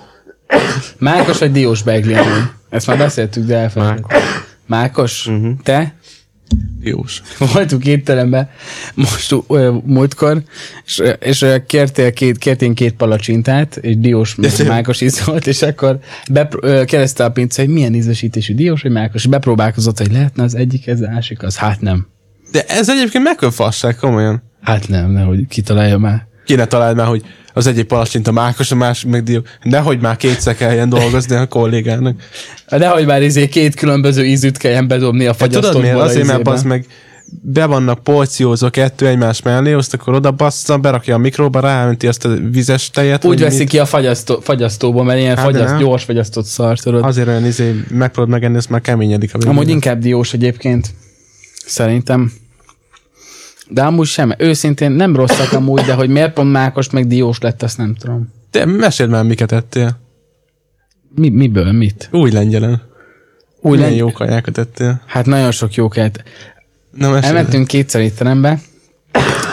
Speaker 1: Mákos vagy diós begli? amúgy? Ezt már beszéltük, de elfelejtettem. Mákos? Uh-huh. Te?
Speaker 2: Jós.
Speaker 1: voltunk étteremben most ö, múltkor, és, ö, és ö, kértél két, kértén két palacsintát, és diós meg mákos ízolt, és akkor bepr- ö, kérdezte a pince, hogy milyen ízesítésű diós, vagy mákos, és bepróbálkozott, hogy lehetne az egyik, ez a másik, az hát nem.
Speaker 2: De ez egyébként mekkora fasság, komolyan.
Speaker 1: Hát nem, nehogy kitalálja már.
Speaker 2: Kéne találd már, hogy az egyik palacsint a mákos, a másik meg dió. Nehogy már kétszer kelljen dolgozni a kollégának.
Speaker 1: Dehogy már izé két különböző ízűt kelljen bedobni a fagyasztókból.
Speaker 2: Hát Tudod miért?
Speaker 1: a
Speaker 2: Azért, mert
Speaker 1: izébe.
Speaker 2: az meg be vannak porciózva kettő egymás mellé, azt akkor oda bassza, berakja a mikróba, ráönti azt a vizes tejet.
Speaker 1: Úgy
Speaker 2: vagy
Speaker 1: veszi
Speaker 2: mit.
Speaker 1: ki a fagyasztó, fagyasztóból, mert ilyen
Speaker 2: Hát de
Speaker 1: fagyaszt,
Speaker 2: nem.
Speaker 1: gyors fagyasztott szar, tudod.
Speaker 2: Azért olyan izé, megpróbáld megenni, azt már keményedik a végén.
Speaker 1: Amúgy inkább diós egyébként. Szerintem. De amúgy sem. Őszintén nem rosszak amúgy, de hogy miért pont Mákos meg diós lett, azt nem tudom.
Speaker 2: Te meséld már, miket ettél.
Speaker 1: Mi, miből, mit?
Speaker 2: Új lengyelen. Új
Speaker 1: Úgy
Speaker 2: Milyen
Speaker 1: lengy-
Speaker 2: jó kajákat ettél.
Speaker 1: Hát nagyon sok jókát.
Speaker 2: Na, mesélj.
Speaker 1: Elmentünk kétszer étterembe.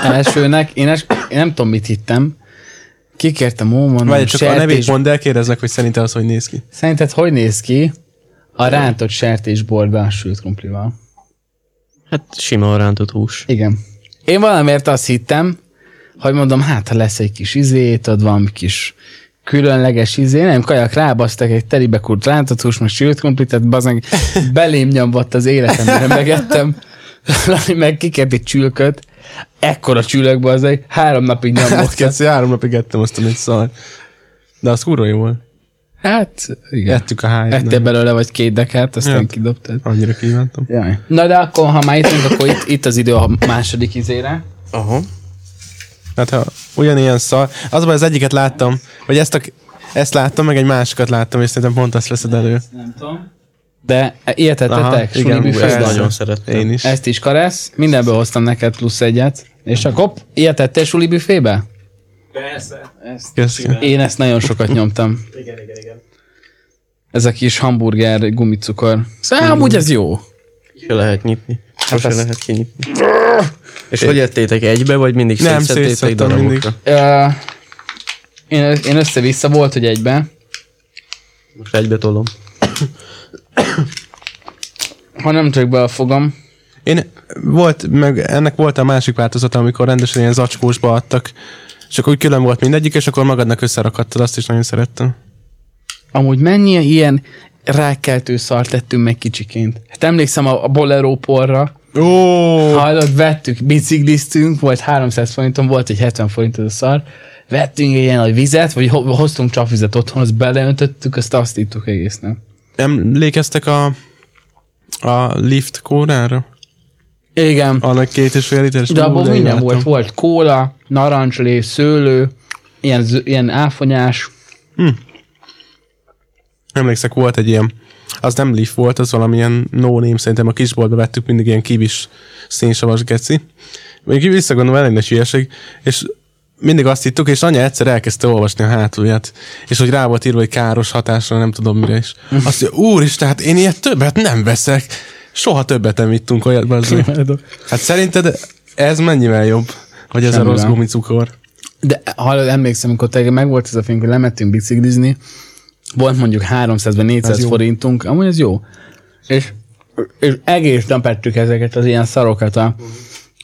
Speaker 1: Elsőnek, én, es, én nem tudom, mit hittem. Kikértem, ó, mondom,
Speaker 2: Várj, csak a nevét
Speaker 1: sertés-
Speaker 2: mondd el, kérdezlek, hogy szerinted az, hogy néz ki.
Speaker 1: Szerinted hogy néz ki a rántott sertésborban a sült krumplival?
Speaker 3: Hát sima rántott hús.
Speaker 1: Igen. Én valamiért azt hittem, hogy mondom, hát ha lesz egy kis izé, tudod, valami kis különleges izé, nem kajak rábasztak egy telibe kurt rántott hús, meg sült krumplit, tehát bazánk, belém nyomvott az életem, mire megettem. Lani meg kikért egy csülköt, ekkora csülök bazeg, három napig
Speaker 2: Hát,
Speaker 1: nyomvott.
Speaker 2: kétszer, három napig ettem azt, amit szar. De az kurva jó volt.
Speaker 1: Hát, igen.
Speaker 2: Ettük a hájat.
Speaker 1: Ettél
Speaker 2: nem?
Speaker 1: belőle vagy két dekát, aztán
Speaker 2: Ja.
Speaker 1: kidobtad.
Speaker 2: Annyira kívántam.
Speaker 1: Jaj. Na de akkor, ha már itt vagyunk, akkor itt, itt az idő a második izére.
Speaker 3: Aha.
Speaker 2: Hát ha ugyanilyen szar. Az a baj, az egyiket láttam, vagy ezt, a, ezt láttam, meg egy másikat láttam, és szerintem pont azt veszed elő.
Speaker 1: Nem tudom. De e- ilyet ettetek? Suli
Speaker 2: igen,
Speaker 1: büfébe?
Speaker 2: persze.
Speaker 3: nagyon szerettem.
Speaker 2: Én is.
Speaker 1: Ezt is karesz, mindenből hoztam neked plusz egyet. És csak hopp, ilyet tettél suli büfébe?
Speaker 2: Köszönöm.
Speaker 1: Én ezt nagyon sokat nyomtam. igen, igen, igen. Ez a kis hamburger gumicukor. Szóval amúgy ez jó.
Speaker 3: Se lehet nyitni. Sose hát lehet kinyitni. És hogy ettétek egybe, vagy mindig
Speaker 2: Nem,
Speaker 3: szétszettétek
Speaker 2: szétszettem mindig.
Speaker 3: darabokra?
Speaker 1: Ö, Én, én össze-vissza volt, hogy egybe.
Speaker 3: Most egybe tolom.
Speaker 1: Ha nem tök be a fogam.
Speaker 2: Én volt, meg ennek volt a másik változata, amikor rendesen ilyen zacskósba adtak, és akkor úgy külön volt mindegyik, és akkor magadnak összerakadtad, azt is nagyon szerettem.
Speaker 1: Amúgy mennyi ilyen rákeltő szart tettünk meg kicsiként. Hát emlékszem a, a bolero porra,
Speaker 2: Ó,
Speaker 1: Hallod, vettük, bicikliztünk, volt 300 forintom, volt egy 70 forint az a szar, vettünk egy ilyen nagy vizet, vagy ho- hoztunk csapvizet otthon, azt beleöntöttük, azt azt ittuk egész nap.
Speaker 2: emlékeztek a, a lift kórára?
Speaker 1: Igen,
Speaker 2: Annak két és fél literes.
Speaker 1: de
Speaker 2: Ú,
Speaker 1: abban minden
Speaker 2: imádtam.
Speaker 1: volt, volt kóla, narancslé, szőlő, ilyen, zö- ilyen áfonyás,
Speaker 2: Emlékszek, volt egy ilyen, az nem Leaf volt, az valamilyen no name, szerintem a kisboltba vettük mindig ilyen kivis szénsavas geci. Még visszagondolom, elég nagy hülyeség, és mindig azt hittük, és anya egyszer elkezdte olvasni a hátulját, és hogy rá volt írva, hogy káros hatásra, nem tudom mire is. Azt mondja, úristen, hát én ilyet többet nem veszek. Soha többet nem ittunk olyat, bazzeg. Hát szerinted ez mennyivel jobb? Hogy ez
Speaker 1: Semmivel.
Speaker 2: a rossz gumicukor?
Speaker 1: De hallod, emlékszem, amikor te, meg volt ez a film, hogy lemettünk biciklizni, volt mondjuk 300-ben 400
Speaker 2: Ez jó.
Speaker 1: forintunk, amúgy ez jó. És és egész nap ettük ezeket az ilyen szarokat, a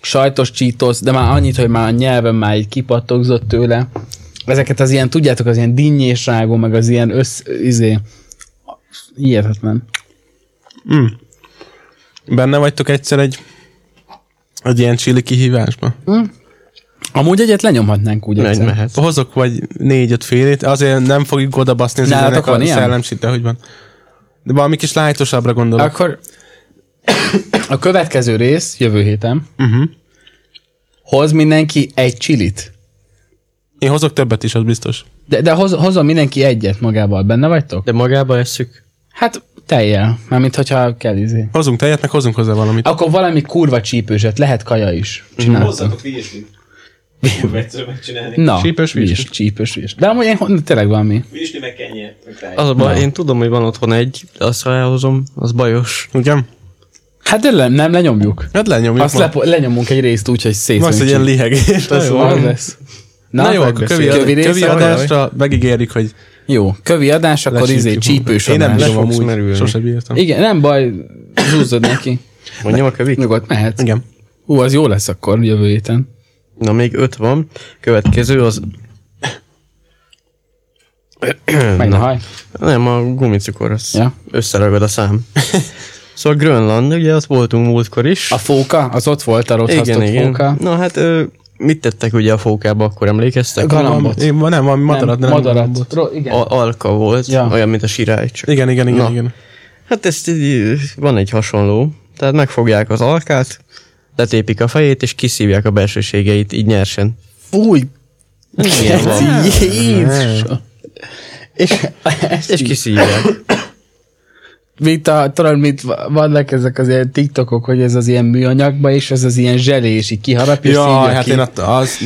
Speaker 1: sajtos csítosz, de már annyit, hogy már a nyelven már így kipattogzott tőle. Ezeket az ilyen, tudjátok, az ilyen dinnyésrágó, meg az ilyen össz, izé, hihetetlen.
Speaker 2: Benne vagytok egyszer egy, egy ilyen csili kihívásba?
Speaker 1: Amúgy egyet lenyomhatnánk úgy
Speaker 3: Megy,
Speaker 1: egyszer.
Speaker 3: mehet.
Speaker 2: Hozok vagy négy-öt félét, azért nem fogjuk oda baszni az
Speaker 1: Nálatok
Speaker 2: üzenek
Speaker 1: van
Speaker 2: a
Speaker 1: ilyen?
Speaker 2: szellemsít, de hogy van. De valami kis lájtosabbra gondolok.
Speaker 1: Akkor a következő rész, jövő héten,
Speaker 2: Uh-huh.
Speaker 1: hoz mindenki egy csilit.
Speaker 2: Én hozok többet is, az biztos.
Speaker 1: De, de hoz, hozom mindenki egyet magával, benne vagytok?
Speaker 3: De magába esszük.
Speaker 1: Hát tejjel, mármint hogyha kell izé.
Speaker 2: Hozunk tejet, meg hozunk hozzá valamit.
Speaker 1: Akkor valami kurva csípőset, lehet kaja is.
Speaker 2: Mhm.
Speaker 1: Csináltam.
Speaker 4: Hozzatok virslit. Egyszer megcsinálni.
Speaker 1: Na,
Speaker 2: Csípős
Speaker 1: mi is,
Speaker 2: virsli.
Speaker 1: Csípős is. De amúgy én, hon- tényleg valami.
Speaker 4: Virsli meg kenyér. meg táj.
Speaker 3: Az a baj, én tudom, hogy van otthon egy, de azt ha elhozom, az bajos.
Speaker 2: Igen?
Speaker 1: Hát de nem, nem lenyomjuk.
Speaker 2: Hát lenyomjuk
Speaker 1: Azt
Speaker 2: ma.
Speaker 1: lepo- lenyomunk egy részt úgy, hogy
Speaker 2: Max egy ilyen
Speaker 1: szétszünk.
Speaker 2: lihegés lesz.
Speaker 1: Az
Speaker 2: valami.
Speaker 1: lesz.
Speaker 2: Na, jó, akkor
Speaker 1: hát megbeszéljük.
Speaker 2: kövi, kövi,
Speaker 1: rész,
Speaker 2: kövi
Speaker 1: ahogy-
Speaker 2: adásra megígérjük, hogy
Speaker 1: Jó, kövi adás, akkor
Speaker 2: lesítjük
Speaker 1: izé
Speaker 2: magunkat.
Speaker 1: csípős
Speaker 2: Én nem
Speaker 1: adás.
Speaker 2: bírom
Speaker 3: Le fogsz
Speaker 2: amúgy,
Speaker 3: merülni.
Speaker 2: sose bírtam.
Speaker 1: Igen, nem baj, zúzzad neki.
Speaker 3: Mondjam a kövik?
Speaker 1: Nyugodt, mehet.
Speaker 2: Igen.
Speaker 1: Ú, az jó lesz akkor jövő héten.
Speaker 3: Na, még öt van. Következő az...
Speaker 1: Megy a haj.
Speaker 3: Nem, a gumicukor, az
Speaker 1: Ja.
Speaker 3: ja. összeragad a szám. szóval Grönland, ugye ott voltunk múltkor is.
Speaker 1: A fóka, az ott volt a rothasztott fóka.
Speaker 3: Na hát, ö, mit tettek ugye a fókába, akkor emlékeztek?
Speaker 1: Galambot.
Speaker 2: Én, van- nem, valami madarat.
Speaker 1: nem,
Speaker 2: nem,
Speaker 1: madarat. Ro- igen.
Speaker 3: A, alka volt,
Speaker 1: Ja.
Speaker 3: ja. olyan, mint a sirály. Csak.
Speaker 2: Igen, igen, igen,
Speaker 3: Na.
Speaker 2: igen.
Speaker 3: Hát ezt így, van egy hasonló. Tehát megfogják az alkát, letépik a fejét, és kiszívják a belsőségeit így nyersen.
Speaker 1: Fúj,
Speaker 3: Ilyen van.
Speaker 1: geci, Jézusom. És ezt
Speaker 3: És
Speaker 1: is
Speaker 3: kiszívják.
Speaker 1: mint a, tudod, mint va- vannak ezek az ilyen TikTokok, hogy ez az ilyen műanyagba, és ez az ilyen zselé, és így kiharap, és
Speaker 2: Jaj,
Speaker 1: szívja
Speaker 2: hát
Speaker 1: ki.
Speaker 2: én att- az...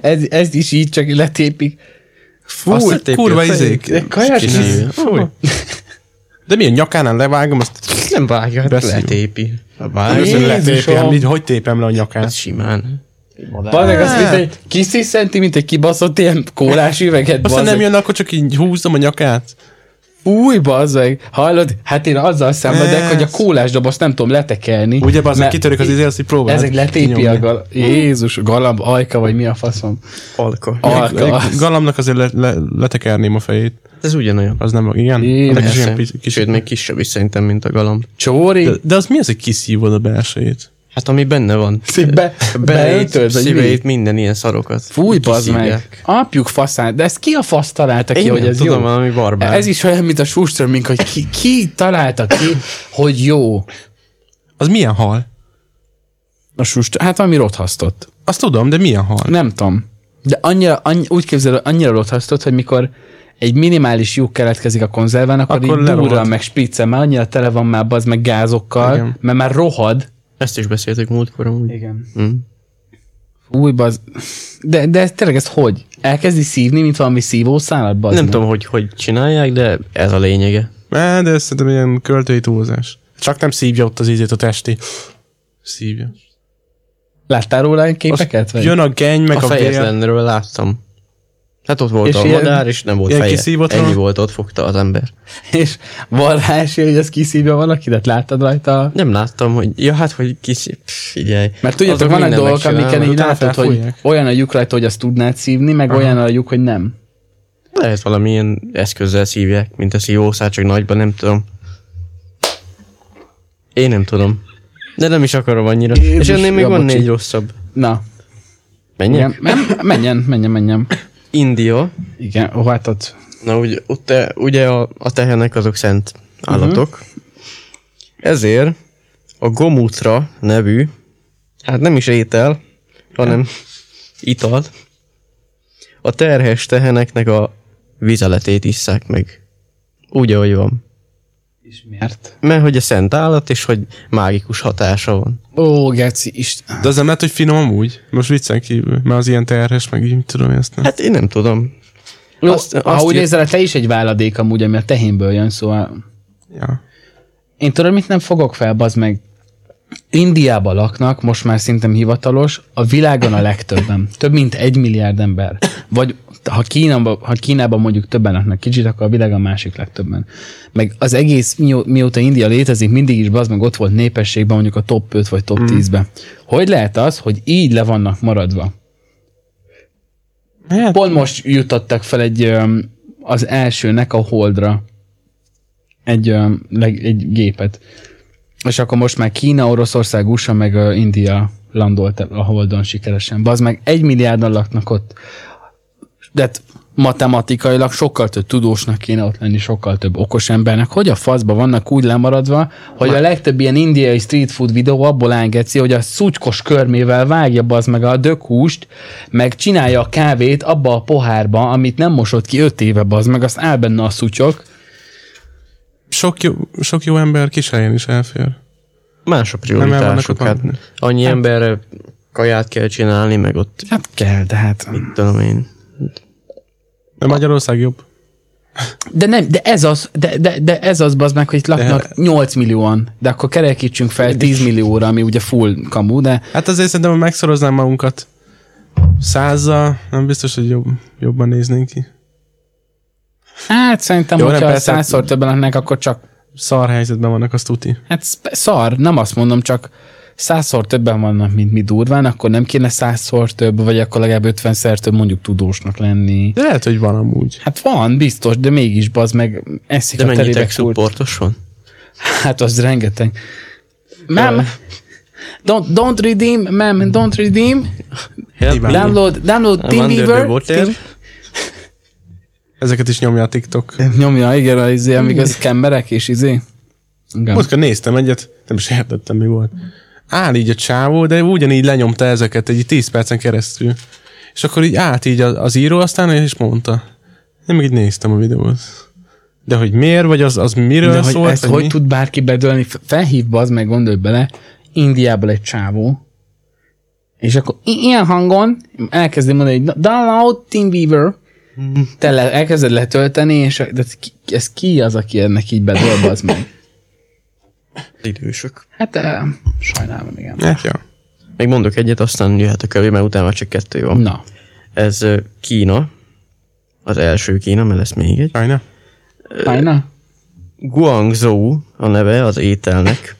Speaker 1: ez, ezt is így csak letépik.
Speaker 3: Azt
Speaker 2: Fú,
Speaker 3: letépik a
Speaker 2: kurva
Speaker 3: fejét.
Speaker 2: izék.
Speaker 1: Kajás
Speaker 2: Kis
Speaker 1: íz.
Speaker 2: íz. Fúj. De milyen nyakánál levágom, azt
Speaker 3: Nem vágja, hát
Speaker 2: Beszívjuk.
Speaker 3: letépi. A
Speaker 1: Jézusom!
Speaker 2: először
Speaker 3: vágy.
Speaker 2: letépjem, így hogy tépem le a nyakát.
Speaker 3: Simán.
Speaker 1: Vannak az, mint egy kisziszenti, mint egy kibaszott ilyen kólás üveget.
Speaker 2: Aztán
Speaker 1: bazeg.
Speaker 2: nem jön, akkor csak így húzom a nyakát.
Speaker 1: Új, bazdmeg, hallod? Hát én azzal szenvedek,
Speaker 2: Ez.
Speaker 1: hogy a kólásdobozt nem tudom letekelni.
Speaker 2: Ugye, az
Speaker 1: mert
Speaker 2: kitörik az izé, azt így próbál.
Speaker 1: Ezek letépi a gal- Jézus, galamb, ajka, vagy mi a faszom.
Speaker 3: Alka.
Speaker 1: Alka.
Speaker 2: Galamnak azért le, le, letekerném a fejét.
Speaker 3: Ez ugyanolyan.
Speaker 2: Az nem, igen?
Speaker 1: Jézus.
Speaker 2: Annak is
Speaker 3: Persze.
Speaker 2: ilyen pici- kis-
Speaker 3: Sőt, még kisebb is szerintem, mint a galamb.
Speaker 1: Csóri,
Speaker 2: De, de az mi az, hogy kiszívod a belsejét?
Speaker 3: Hát ami benne van.
Speaker 1: szívbe,
Speaker 3: Beleit,
Speaker 1: beütöd, vagy mi?
Speaker 3: szíveit, minden ilyen szarokat.
Speaker 1: Fúj, bazd meg.
Speaker 3: Kiszívják.
Speaker 1: Apjuk faszát, de ezt ki a fasz találta ki,
Speaker 3: Én
Speaker 1: hogy
Speaker 3: nem
Speaker 1: ez
Speaker 3: tudom,
Speaker 1: jó?
Speaker 3: valami barbár.
Speaker 1: Ez is olyan, mint a Suströmming, hogy ki, ki találta ki, hogy jó.
Speaker 2: Az milyen hal?
Speaker 1: A Sustr, hát valami rothasztott.
Speaker 2: Azt tudom, de milyen hal?
Speaker 1: Nem tudom. De annyira, annyi, úgy képzeled, annyira rothasztott, hogy mikor egy minimális lyuk keletkezik a konzerván, akkor,
Speaker 2: Akkor
Speaker 1: így durra,
Speaker 2: lerohad.
Speaker 1: meg spriccel, mert annyira tele van már az meg gázokkal,
Speaker 2: Igen.
Speaker 1: mert már rohad.
Speaker 3: Ezt is beszéltük múltkor amúgy.
Speaker 1: Igen.
Speaker 3: Mm.
Speaker 1: Új, baz... De, de ez, tényleg ez hogy? Elkezdi szívni, mint valami szívószálat, bazd
Speaker 3: Nem
Speaker 1: meg?
Speaker 3: tudom, hogy hogy csinálják, de ez a lényege.
Speaker 2: Á, de ez szerintem ilyen költői túlzás. Csak nem szívja ott az ízét a testi. Szívja.
Speaker 1: Láttál róla ilyen képeket? Vagy?
Speaker 2: Jön a geny, meg
Speaker 3: a
Speaker 2: a, vér.
Speaker 3: fejetlenről láttam. Hát ott volt
Speaker 1: És
Speaker 3: és a
Speaker 1: ilyen-
Speaker 3: madár, és nem volt
Speaker 2: ilyen
Speaker 3: feje.
Speaker 2: kiszívott
Speaker 3: Ennyi
Speaker 2: van?
Speaker 3: volt, ott fogta az ember.
Speaker 1: És van rá esély, hogy ez kiszívja valakit, de láttad rajta? a-
Speaker 3: Nem láttam, hogy... Ja, hát, hogy kis... pff, Figyelj.
Speaker 1: Mert tudjátok,
Speaker 3: Azok
Speaker 1: vannak
Speaker 3: mindent
Speaker 1: dolgok,
Speaker 3: megcsinálnak.
Speaker 1: amiken így
Speaker 2: utána
Speaker 1: látod, hogy
Speaker 2: felfújják.
Speaker 1: olyan a lyuk rajta, hogy azt tudnád szívni, meg olyan a lyuk, hogy nem.
Speaker 3: Lehet valamilyen eszközzel szívják, mint a szívószár, csak nagyban, nem tudom. Én nem tudom. De nem is akarom annyira.
Speaker 1: Jézus,
Speaker 3: és ennél még
Speaker 1: ja,
Speaker 3: van
Speaker 1: bocsi.
Speaker 3: négy rosszabb.
Speaker 1: Na,
Speaker 3: Menjek?
Speaker 1: igen. Nem, menjen, menjen, menjen.
Speaker 3: India.
Speaker 1: Igen, ó, hát ott.
Speaker 3: Na, ugye, ott, ugye a, a tehenek azok szent állatok. Uh-huh. Ezért a gomutra nevű, hát nem is étel, hanem ital, a terhes teheneknek a vizeletét isszák meg. Úgy, ahogy van.
Speaker 1: És miért?
Speaker 3: Mert hogy a szent állat, és hogy mágikus hatása van.
Speaker 1: Ó, Geci, Isten.
Speaker 2: De az nem lehet, hogy finom amúgy? Most viccen kívül, mert az ilyen terhes, meg így mit tudom én ezt nem.
Speaker 3: Hát én nem tudom.
Speaker 1: Jó,
Speaker 3: Azt-
Speaker 1: ha
Speaker 3: azt
Speaker 1: úgy
Speaker 3: ír-
Speaker 1: nézel, te is egy váladék amúgy, ami a tehénből jön, szóval...
Speaker 2: Ja.
Speaker 1: Én tudod, mit nem fogok fel, bazd meg? Indiában laknak, most már szerintem hivatalos, a világon a legtöbben. Több mint egy milliárd ember. Vagy ha Kínában, ha Kínában mondjuk többen laknak kicsit, akkor a világ a másik legtöbben. Meg az egész, mió- mióta India létezik, mindig is bazd meg ott volt népességben, mondjuk a top 5 vagy top 10-ben. Hogy lehet az, hogy így le vannak maradva?
Speaker 2: Hát-
Speaker 1: Pont most jutottak fel egy öm, az elsőnek a holdra egy, öm, leg- egy gépet. És akkor most már Kína, Oroszország, USA, meg ö, India landolt a holdon sikeresen. Bazd meg, egy milliárdan laknak ott. De hát matematikailag sokkal több tudósnak kéne ott lenni, sokkal több okos embernek. Hogy a faszba vannak úgy lemaradva, hogy a legtöbb ilyen indiai street food videó abból áll, geci, hogy a szutykos körmével vágja bazd meg a dökhúst, meg csinálja a kávét abba a pohárba, amit nem mosott ki öt éve bazd meg, azt áll benne a szutyok.
Speaker 2: Sok jó, sok jó ember kis helyen is elfér.
Speaker 3: Más a
Speaker 2: Nem elvannak ott
Speaker 3: prioritások. Hát
Speaker 2: vannak.
Speaker 3: annyi emberre kaját kell csinálni, meg ott,
Speaker 1: Hát kell, de hát...
Speaker 3: tudom én.
Speaker 2: De Magyarország jobb.
Speaker 1: De nem, de ez az, de, de, de ez az bazd meg, hogy itt laknak 8 millióan, de akkor kerekítsünk fel 10 millióra, ami ugye full kamu, de
Speaker 2: Hát azért szerintem, ha megszoroznám magunkat százzal, nem biztos, hogy jobb, jobban néznénk ki.
Speaker 1: hát szerintem,
Speaker 2: Jó,
Speaker 1: Jó,
Speaker 2: nem,
Speaker 1: hogyha
Speaker 2: persze.
Speaker 1: százszor többen laknak, akkor csak,
Speaker 2: Szar helyzetben vannak, azt tuti.
Speaker 1: hát sz- szar, nem azt mondom, csak százszor többen vannak, mint mi durván, akkor nem kéne százszor több, vagy akkor legalább ötvenszer több mondjuk tudósnak lenni.
Speaker 2: De lehet, hogy van amúgy.
Speaker 1: Hát van, biztos, de mégis bazd meg eszik
Speaker 3: De
Speaker 1: a terébe
Speaker 3: mennyitek
Speaker 1: kurt.
Speaker 3: szupportos van?
Speaker 1: Hát az rengeteg. Mem, don't, don't redeem, mem, don't redeem.
Speaker 2: Imádom.
Speaker 1: Download, download
Speaker 3: I'm under the
Speaker 1: TeamViewer.
Speaker 3: water.
Speaker 1: Team...
Speaker 2: Ezeket is nyomja a TikTok.
Speaker 1: Nyomja, igen, az izé, amíg az kemberek és izé. Igen.
Speaker 2: Most néztem egyet, nem is értettem, mi volt. Áll így a csávó, de ugyanígy lenyomta ezeket egy 10 percen keresztül. És akkor így állt így az, az író aztán, és mondta. Én meg így néztem a videót. De hogy miért, vagy az, az miről
Speaker 1: De hogy
Speaker 2: szólt,
Speaker 1: ezt
Speaker 2: vagy
Speaker 1: hogy
Speaker 2: mi?
Speaker 1: tud bárki bedölni? F- Felhív az, meg gondolj bele, Indiából egy csávó, és akkor i- ilyen hangon elkezdi mondani, hogy download TeamViewer,
Speaker 2: Mhm.
Speaker 1: te le, elkezded letölteni, és de ez ki, ez ki az, aki ennek így bedöl, az meg?
Speaker 3: Idősök.
Speaker 1: Hát eh, sajnálom, igen.
Speaker 2: Hát, ja.
Speaker 3: Még mondok egyet, aztán jöhet a kövé, mert utána már csak kettő van.
Speaker 1: Na,
Speaker 3: Ez ö, Kína. Az első Kína, mert lesz még egy.
Speaker 2: Sajna.
Speaker 1: fájna?
Speaker 3: Guangzhou a neve az ételnek.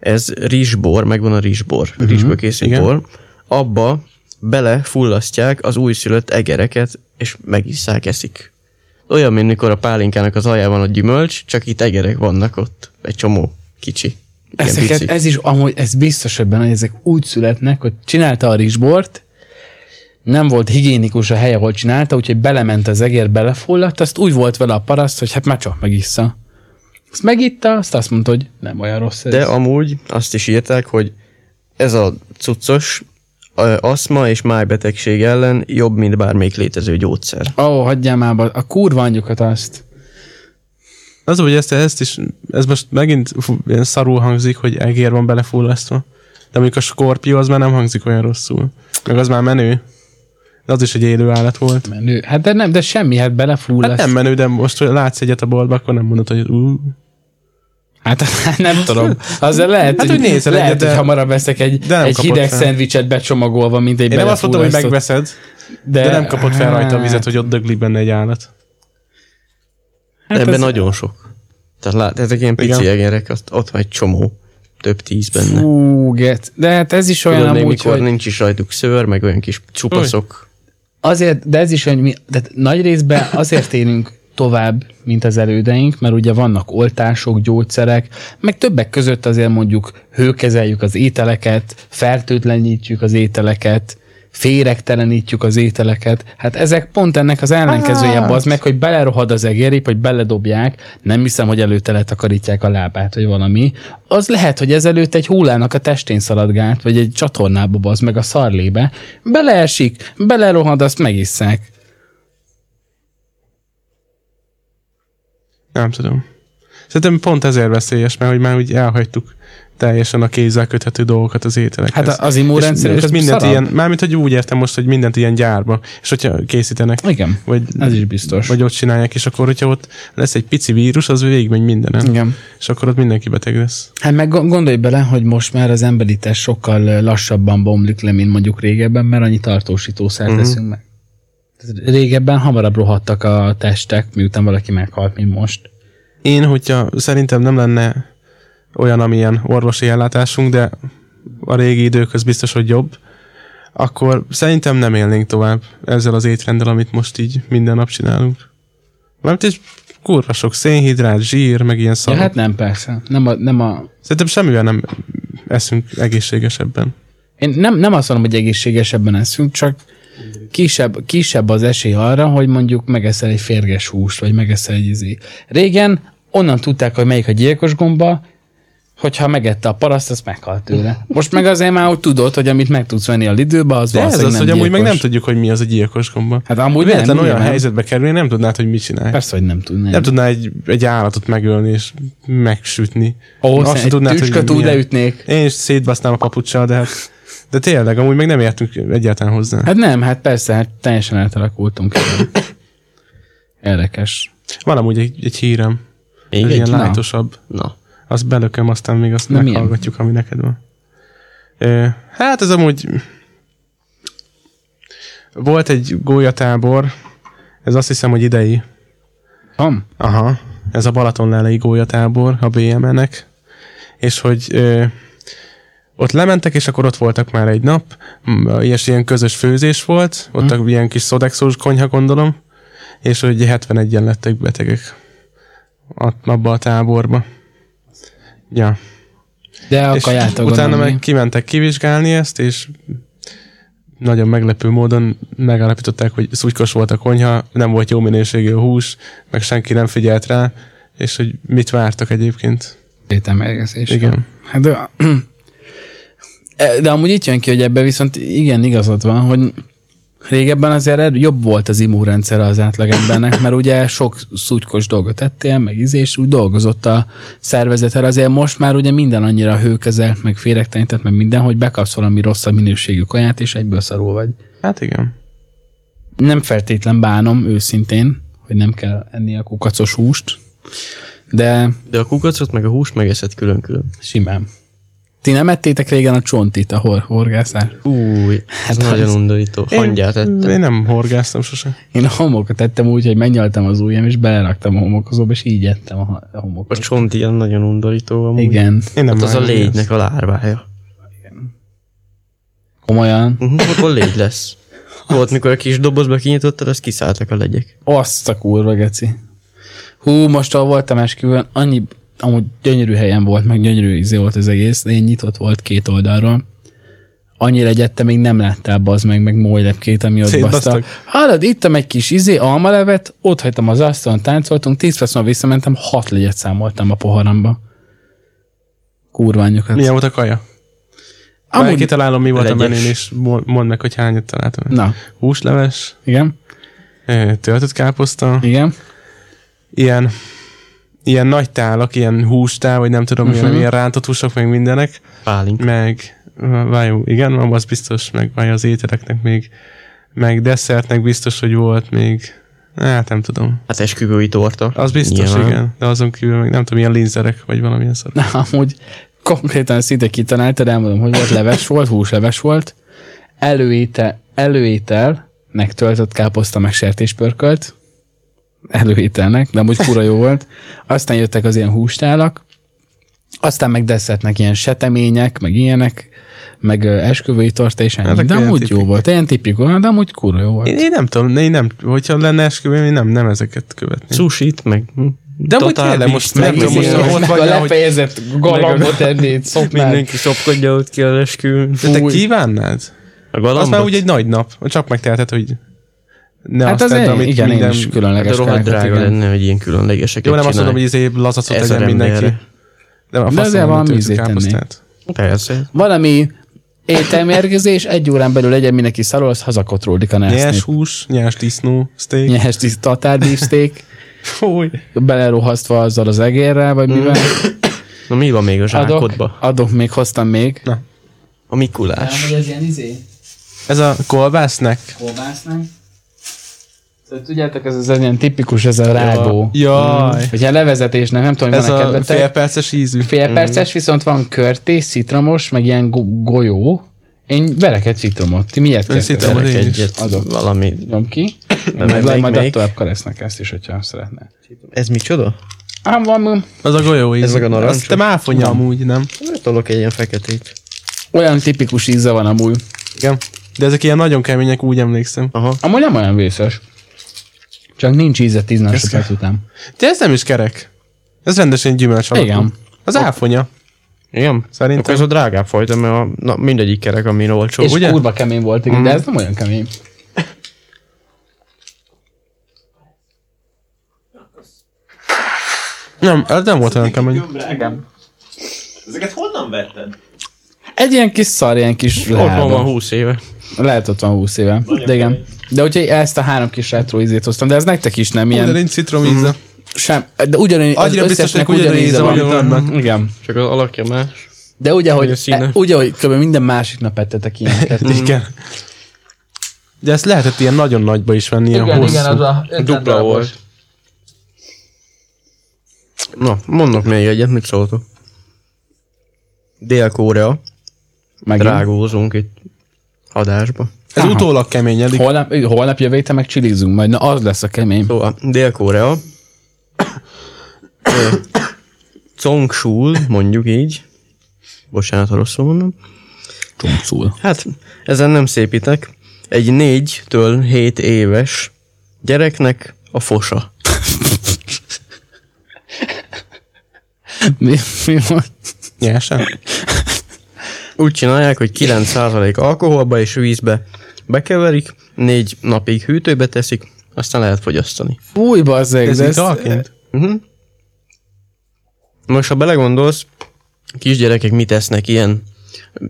Speaker 3: Ez rizsbor, megvan a rizsbor,
Speaker 1: Mhm,
Speaker 3: uh-huh. rizsből készült
Speaker 2: igen.
Speaker 3: bor. Abba belefullasztják az újszülött egereket, és megisszák, eszik. Olyan, mint mikor a pálinkának az aljában a gyümölcs, csak itt egerek vannak ott. Egy csomó kicsi. Ilyen
Speaker 1: Ezeket,
Speaker 3: pici.
Speaker 1: ez is amúgy, ez biztos ebben, hogy ezek úgy születnek, hogy csinálta a rizsbort, nem volt higiénikus a hely, ahol csinálta, úgyhogy belement az egér, belefulladt, azt úgy volt vele a paraszt, hogy hát már csak megissza. Azt megitta, azt azt mondta, hogy nem olyan rossz ez.
Speaker 3: De amúgy azt is írták, hogy ez a cuccos ö, aszma és májbetegség ellen jobb, mint bármelyik létező gyógyszer.
Speaker 1: Ó, oh, hagyjál már, ba- a kurva anyjukat azt.
Speaker 2: Az, hogy ezt, ezt is, ez most megint fú, ilyen szarul hangzik, hogy egér van belefullasztva. De mondjuk a skorpió az már nem hangzik olyan rosszul. Meg az már menő. De az is egy élő állat volt.
Speaker 1: Menő. Hát de nem, de semmi, hát belefulladt.
Speaker 2: Hát nem menő, de most, hogy látsz egyet a boltba, akkor nem mondod, hogy ú,
Speaker 1: Hát nem tudom. Azzal lehet,
Speaker 2: Hát, hogy nézel
Speaker 1: lehet,
Speaker 2: egyet, de-
Speaker 1: hogy hamarabb veszek egy,
Speaker 2: de nem
Speaker 1: egy
Speaker 2: kapod
Speaker 1: hideg
Speaker 2: fel.
Speaker 1: szendvicset becsomagolva, mint egy
Speaker 2: Én nem azt mondtam, hogy
Speaker 1: belefullasztott.
Speaker 2: megveszed, de, de nem kapott fel rajta a vizet,
Speaker 1: Hát,
Speaker 2: hogy ott döglik benne egy állat.
Speaker 3: Hát Ebben
Speaker 1: ez-
Speaker 3: ez... nagyon sok. Tehát lát, ezek ilyen pici
Speaker 2: Igen.
Speaker 3: Igen. egerek, azt, ott van egy csomó, több tíz benne. Fú,
Speaker 1: Fú, get. De hát ez is olyan
Speaker 3: Tudod, még
Speaker 1: amúgy,
Speaker 3: mikor
Speaker 1: hogy
Speaker 3: hogy... nincs is rajtuk szőr, meg olyan kis csupaszok.
Speaker 1: azért, de ez is olyan, hogy mi, tehát nagy részben azért élünk tovább, mint az elődeink, mert ugye vannak oltások, gyógyszerek, meg többek között azért mondjuk hőkezeljük az ételeket, fertőtlenítjük az ételeket, féregtelenítjük az ételeket. Hát ezek pont ennek az ellenkezője az meg, hogy belerohad az egérip, hogy beledobják, nem hiszem, hogy előtte letakarítják a lábát, vagy valami. Az lehet, hogy ezelőtt egy hullának a testén szaladgált, vagy egy csatornába bazd meg a szarlébe, beleesik, belerohad, azt megisszák.
Speaker 2: Nem tudom. Szerintem pont ezért veszélyes, mert hogy már úgy elhagytuk teljesen a kézzel köthető dolgokat az ételekhez.
Speaker 1: Hát a- az immunrendszerünk
Speaker 2: és,
Speaker 1: az
Speaker 2: és mindent
Speaker 1: szarabb.
Speaker 2: ilyen, mármint, hogy úgy értem most, hogy mindent ilyen gyárba, és hogyha készítenek,
Speaker 1: Igen,
Speaker 2: vagy,
Speaker 1: ez is biztos.
Speaker 2: vagy ott csinálják, és akkor, hogyha ott lesz egy pici vírus, az végigmegy mindenen.
Speaker 1: Igen.
Speaker 2: És akkor ott mindenki beteg lesz.
Speaker 1: Hát meg gond- gondolj bele, hogy most már az emberi test sokkal ö, lassabban bomlik le, mint mondjuk régebben, mert annyi tartósítószert uh-huh. teszünk meg. Tehát Régebben hamarabb rohadtak a testek, miután valaki meghalt, mint most.
Speaker 2: Én, hogyha szerintem nem lenne olyan, amilyen orvosi ellátásunk, de a régi időköz biztos, hogy jobb, akkor szerintem nem élnénk tovább ezzel az étrenddel, amit most így minden nap csinálunk. Mert is kurva sok szénhidrát, zsír, meg ilyen
Speaker 1: Ja,
Speaker 2: szarok.
Speaker 1: hát nem, persze. Nem a, nem a,
Speaker 2: Szerintem semmivel nem eszünk egészségesebben.
Speaker 1: én nem, nem azt mondom, hogy egészségesebben eszünk, csak kisebb, kisebb az esély arra, hogy mondjuk megeszel egy férges húst, vagy megeszel egy izé. Régen onnan tudták, hogy melyik a gyilkos gomba, hogyha megette a paraszt, az meghalt tőle. Most meg azért már úgy tudod, hogy amit meg tudsz venni a lidőbe, az
Speaker 2: De ez az,
Speaker 1: valószínűleg
Speaker 2: hogy
Speaker 1: nem
Speaker 2: amúgy
Speaker 1: gyilkos.
Speaker 2: meg nem tudjuk, hogy mi az a gyilkos gomba.
Speaker 1: Hát amúgy nem,
Speaker 2: Véletlen
Speaker 1: nem,
Speaker 2: olyan
Speaker 1: nem.
Speaker 2: helyzetbe kerülni, nem tudnád, hogy mit csinál.
Speaker 1: Persze, hogy nem tudnám.
Speaker 2: Nem tudná egy, egy állatot megölni és megsütni.
Speaker 1: Ó,
Speaker 2: Azt se
Speaker 1: egy tücsköt
Speaker 2: milyen.
Speaker 1: úgy leütnék.
Speaker 2: Én is szétbasznám a papucsal, de hát... De tényleg, amúgy meg nem értünk egyáltalán hozzá. Hát,
Speaker 1: Hát nem, hát persze, hát teljesen eltalakultunk. Érdekes.
Speaker 2: Van amúgy egy, egy hírem.
Speaker 3: Még
Speaker 2: Ez ilyen
Speaker 3: egy?
Speaker 1: Na.
Speaker 2: lájtosabb.
Speaker 3: Na.
Speaker 2: Azt belököm, aztán még azt
Speaker 1: Na, milyen?
Speaker 2: meghallgatjuk, ami neked van. Ö, hát ez amúgy... Volt egy gólyatábor, ez azt hiszem, hogy idei.
Speaker 1: Van?
Speaker 2: Aha, ez a Balatonlelei gólyatábor a BMN-nek, és hogy ö, ott lementek, és akkor ott voltak már egy nap, m- és ilyen közös főzés volt, ott hmm. ilyen kis szodexós konyha gondolom, és hogy 71-en lettek betegek a, abba a táborba. Ja.
Speaker 1: De a
Speaker 2: és
Speaker 1: kajától
Speaker 2: utána
Speaker 1: gondolom,
Speaker 2: meg
Speaker 1: mi?
Speaker 2: kimentek kivizsgálni ezt, és nagyon meglepő módon megállapították, hogy szutykos volt a konyha, nem volt jó minőségű a hús, meg senki nem figyelt rá, és hogy mit vártak egyébként.
Speaker 1: Ételmérgezés.
Speaker 2: Igen.
Speaker 1: Hát de, E, de amúgy itt jön ki, hogy ebbe viszont igen igazad van, hogy régebben azért erő- jobb volt az immunrendszer az átlagembernek, mert ugye sok szutykos dolgot ettél, meg ízés, úgy dolgozott a szervezeted, azért most már ugye minden annyira hőkezelt, meg féregtelenített, meg minden, hogy bekapsz valami rosszabb minőségű kaját, és egyből szarul vagy.
Speaker 2: Hát igen.
Speaker 1: Nem feltétlen bánom, őszintén, hogy nem kell enni a kukacos húst, de
Speaker 3: De a kukacot meg a húst megeszed külön-külön.
Speaker 1: Simán. Ti nem ettétek régen a csontit, a hor- horgászár?
Speaker 3: Új, ez nagyon undorító. Hangját
Speaker 2: én,
Speaker 3: ettem.
Speaker 2: én nem horgáztam sose.
Speaker 1: Én a homokot ettem úgy, hogy megnyaltam az ujjam, és beleraktam a homokozóba, és így ettem a, ha- a
Speaker 3: A
Speaker 1: homokot.
Speaker 3: csont ilyen nagyon undorító amúgy.
Speaker 1: Igen,
Speaker 2: Én nem
Speaker 3: Hát az a
Speaker 2: vágom, mi
Speaker 3: légynek a lárvája.
Speaker 1: komolyan.
Speaker 3: Uh-huh, akkor légy lesz. Volt, mikor a kis dobozba kinyitottad, az kiszálltak a legyek.
Speaker 1: Azt a kurva, geci. Hú, most ahol voltam esküvőn, annyi, amúgy gyönyörű helyen volt, meg gyönyörű izé volt az egész, de én nyitott volt két oldalról. Annyira egyette még nem láttál bazd meg, meg mójlepkét, ami ott
Speaker 2: Szétbasztak.
Speaker 1: baszta. Hallod, ittam egy kis izé, almalevet, ott hagytam az asztalon, táncoltunk, tíz perc múlva visszamentem, hat legyet számoltam a poharamba. Kurva anyjukat.
Speaker 2: az. Milyen volt a kaja? Amúgy Már
Speaker 1: Amúgy,
Speaker 2: kitalálom, mi volt a
Speaker 3: Legyes.
Speaker 2: menén, és mo- mondd meg, hogy hányat találtam.
Speaker 1: na,
Speaker 2: Húsleves,
Speaker 1: igen,
Speaker 2: ö, töltött káposzta,
Speaker 1: igen.
Speaker 2: ilyen, ilyen nagy tálak, ilyen hústál, vagy nem tudom,
Speaker 1: Mhm.
Speaker 2: uh-huh. ilyen, ilyen rántott húsok, meg mindenek,
Speaker 3: Pálink.
Speaker 2: meg vájú, igen, van, az biztos, meg vájú az ételeknek még, meg desszertnek biztos, hogy volt még, hát nem tudom.
Speaker 3: Hát esküvői torta.
Speaker 2: Az biztos,
Speaker 3: Nyilván.
Speaker 2: Nyilván. igen, de azon kívül meg nem tudom, ilyen linzerek, vagy valamilyen szar.
Speaker 1: Na, amúgy konkrétan szinte kitaláltad, elmondom, hogy volt leves volt, húsleves volt, előétel, előételnek töltött káposzta meg sertéspörkölt, előételnek, de amúgy kura jó volt. Aztán jöttek az ilyen hústálak, aztán meg desszertnek ilyen setemények, meg ilyenek, meg ö, esküvői torta és ennyi.
Speaker 2: Ezek
Speaker 1: De
Speaker 2: ilyen
Speaker 1: amúgy jó
Speaker 2: tipik.
Speaker 1: volt, ilyen tipikulan, de amúgy kura jó volt.
Speaker 2: Én, én, nem tudom, én nem, hogyha lenne esküvőm, én nem, nem ezeket követném.
Speaker 3: Sushit, meg... hm.
Speaker 2: De amúgy tényleg most nem tudom, most
Speaker 1: Meg
Speaker 2: ott
Speaker 1: a
Speaker 2: vagy, hogy
Speaker 1: lefejezett galambot ennéd, szopnád.
Speaker 3: Mindenki szopkodja ott ki az esküvőn.
Speaker 2: de te
Speaker 1: Fúj.
Speaker 2: kívánnád?
Speaker 3: A
Speaker 2: Az
Speaker 3: galambot?
Speaker 2: már úgy egy nagy nap, csak megteheted, hogy ne
Speaker 1: Hát
Speaker 2: azt
Speaker 1: az
Speaker 2: tedd,
Speaker 1: egy,
Speaker 2: amit
Speaker 1: igen,
Speaker 2: minden...
Speaker 1: én is
Speaker 3: Hát
Speaker 1: különleges
Speaker 3: a rohadt
Speaker 1: károkat,
Speaker 3: drága
Speaker 1: igen.
Speaker 3: lenne, hogy ilyen különlegeseket
Speaker 2: Jó, nem azt
Speaker 3: csinálj.
Speaker 2: mondom, hogy izé lazacot
Speaker 3: Ezer
Speaker 2: tegyen mindenki.
Speaker 3: emberre.
Speaker 2: De a
Speaker 1: De
Speaker 2: faszom,
Speaker 1: azért
Speaker 2: nem
Speaker 1: valami
Speaker 2: töltjük
Speaker 1: ízét tenni.
Speaker 2: káposztát.
Speaker 3: Persze.
Speaker 1: valami ételmérgezés, egy órán belül legyen mindenki szarol, az hazakotródik a
Speaker 2: Nyers
Speaker 1: násznél.
Speaker 2: hús, nyers disznó, steak.
Speaker 1: Nyers tiszt, tatár beefsteak,
Speaker 2: Új.
Speaker 1: beleruhasztva azzal az egérrel, vagy mivel.
Speaker 2: Mm.
Speaker 3: Na mi van még a
Speaker 1: Adok,
Speaker 3: zsákodba?
Speaker 1: adok még, hoztam még.
Speaker 3: A Mikulás.
Speaker 1: ez ilyen izé,
Speaker 2: Ez a kolbásznek?
Speaker 1: kolbásznak. Tehát tudjátok, ez az ez ilyen tipikus, ez a rágó.
Speaker 2: Jaj.
Speaker 1: Hogyha levezetésnek, nem tudom, hogy
Speaker 2: Mm. Ez
Speaker 1: van-e
Speaker 2: a Mm.
Speaker 1: kedvetek.
Speaker 2: félperces ízű.
Speaker 1: Félperces, viszont van körtés, citromos, meg ilyen go- golyó. Én velek egy citromot. Ti miért
Speaker 2: Én
Speaker 1: kezdtek?
Speaker 2: citromot.
Speaker 1: Velek
Speaker 3: Ezek
Speaker 2: én is
Speaker 3: egyet,
Speaker 1: adok.
Speaker 3: valami.
Speaker 1: Nyom ki.
Speaker 3: melyik,
Speaker 1: Meg majd
Speaker 3: melyik?
Speaker 1: tovább lesznek ezt is, hogyha szeretnél.
Speaker 3: Ez micsoda?
Speaker 1: Ám van,
Speaker 2: Az a golyó ízű.
Speaker 3: Ez meg a narancsos.
Speaker 2: Azt te máfonya amúgy, nem?
Speaker 3: Tolok egy ilyen feketét.
Speaker 1: olyan tipikus íze van amúgy.
Speaker 2: Igen. De ezek ilyen nagyon kemények, úgy emlékszem.
Speaker 3: Aha.
Speaker 1: Amúgy nem olyan vészes. Csak nincs íze 10 másodperc után.
Speaker 2: De ez nem is kerek. Ez rendesen gyümölcs alakú.
Speaker 1: Igen.
Speaker 2: Az áfonya.
Speaker 3: Igen?
Speaker 2: Szerintem.
Speaker 3: Akkor ez a drágább fajta, mert a, na, mindegyik kerek, ami olcsó.
Speaker 1: És
Speaker 2: ugye?
Speaker 1: kurva kemény volt, igen, de ez nem olyan kemény.
Speaker 2: Nem, ez nem volt olyan kemény.
Speaker 4: Igen. Ezeket honnan vetted?
Speaker 1: Egy ilyen kis szar, ilyen kis
Speaker 3: Otthon van
Speaker 1: lába.
Speaker 3: 20 éve.
Speaker 1: Lehet ott van 20 éve.
Speaker 4: Nagyon
Speaker 1: De igen.
Speaker 4: kemény.
Speaker 1: De úgyhogy ezt a három kis retro ízét hoztam, de ez nektek is nem
Speaker 2: De
Speaker 1: ilyen.
Speaker 2: nincs citrom íze.
Speaker 1: Sem, de ugyanúgy, az
Speaker 2: Annyira biztos,
Speaker 1: összesnek
Speaker 2: hogy ugyanúgy
Speaker 1: ugyanúgy íze
Speaker 2: íze
Speaker 1: van.
Speaker 2: van, mint annak.
Speaker 1: Mhm, Igen.
Speaker 3: Csak az alakja más.
Speaker 1: De ugye,
Speaker 3: Vagy a
Speaker 1: hogy,
Speaker 3: színe.
Speaker 1: e, ugye, hogy kb. minden másik nap ettetek ilyeneket.
Speaker 2: Mm. Igen. De ezt lehetett ilyen nagyon nagyba is venni, ilyen hosszú.
Speaker 1: a
Speaker 3: Dupla volt. Na, mondok még egyet, mit szóltok? Dél-Korea.
Speaker 1: Megint.
Speaker 3: Drágózunk itt adásba.
Speaker 2: Ez utólag keményedik.
Speaker 1: Holnap, holnap jövő héten meg csilizünk majd, na az lesz a kemény.
Speaker 3: Szóval, Dél-Korea. Ö, Congsul, mondjuk így. Bocsánat, ha rosszul mondom.
Speaker 1: Csúszul.
Speaker 3: Hát, ezen nem szépítek. Egy 4-től 7 éves gyereknek a fosa.
Speaker 1: Mi, mi van?
Speaker 2: Nyersen?
Speaker 3: Úgy csinálják, hogy 9% alkoholba és vízbe bekeverik, 4 napig hűtőbe teszik, aztán lehet fogyasztani.
Speaker 1: Fúj, bazzeg,
Speaker 2: Ez
Speaker 1: de ez...
Speaker 2: italként?
Speaker 3: Most, ha belegondolsz, kisgyerekek mit esznek ilyen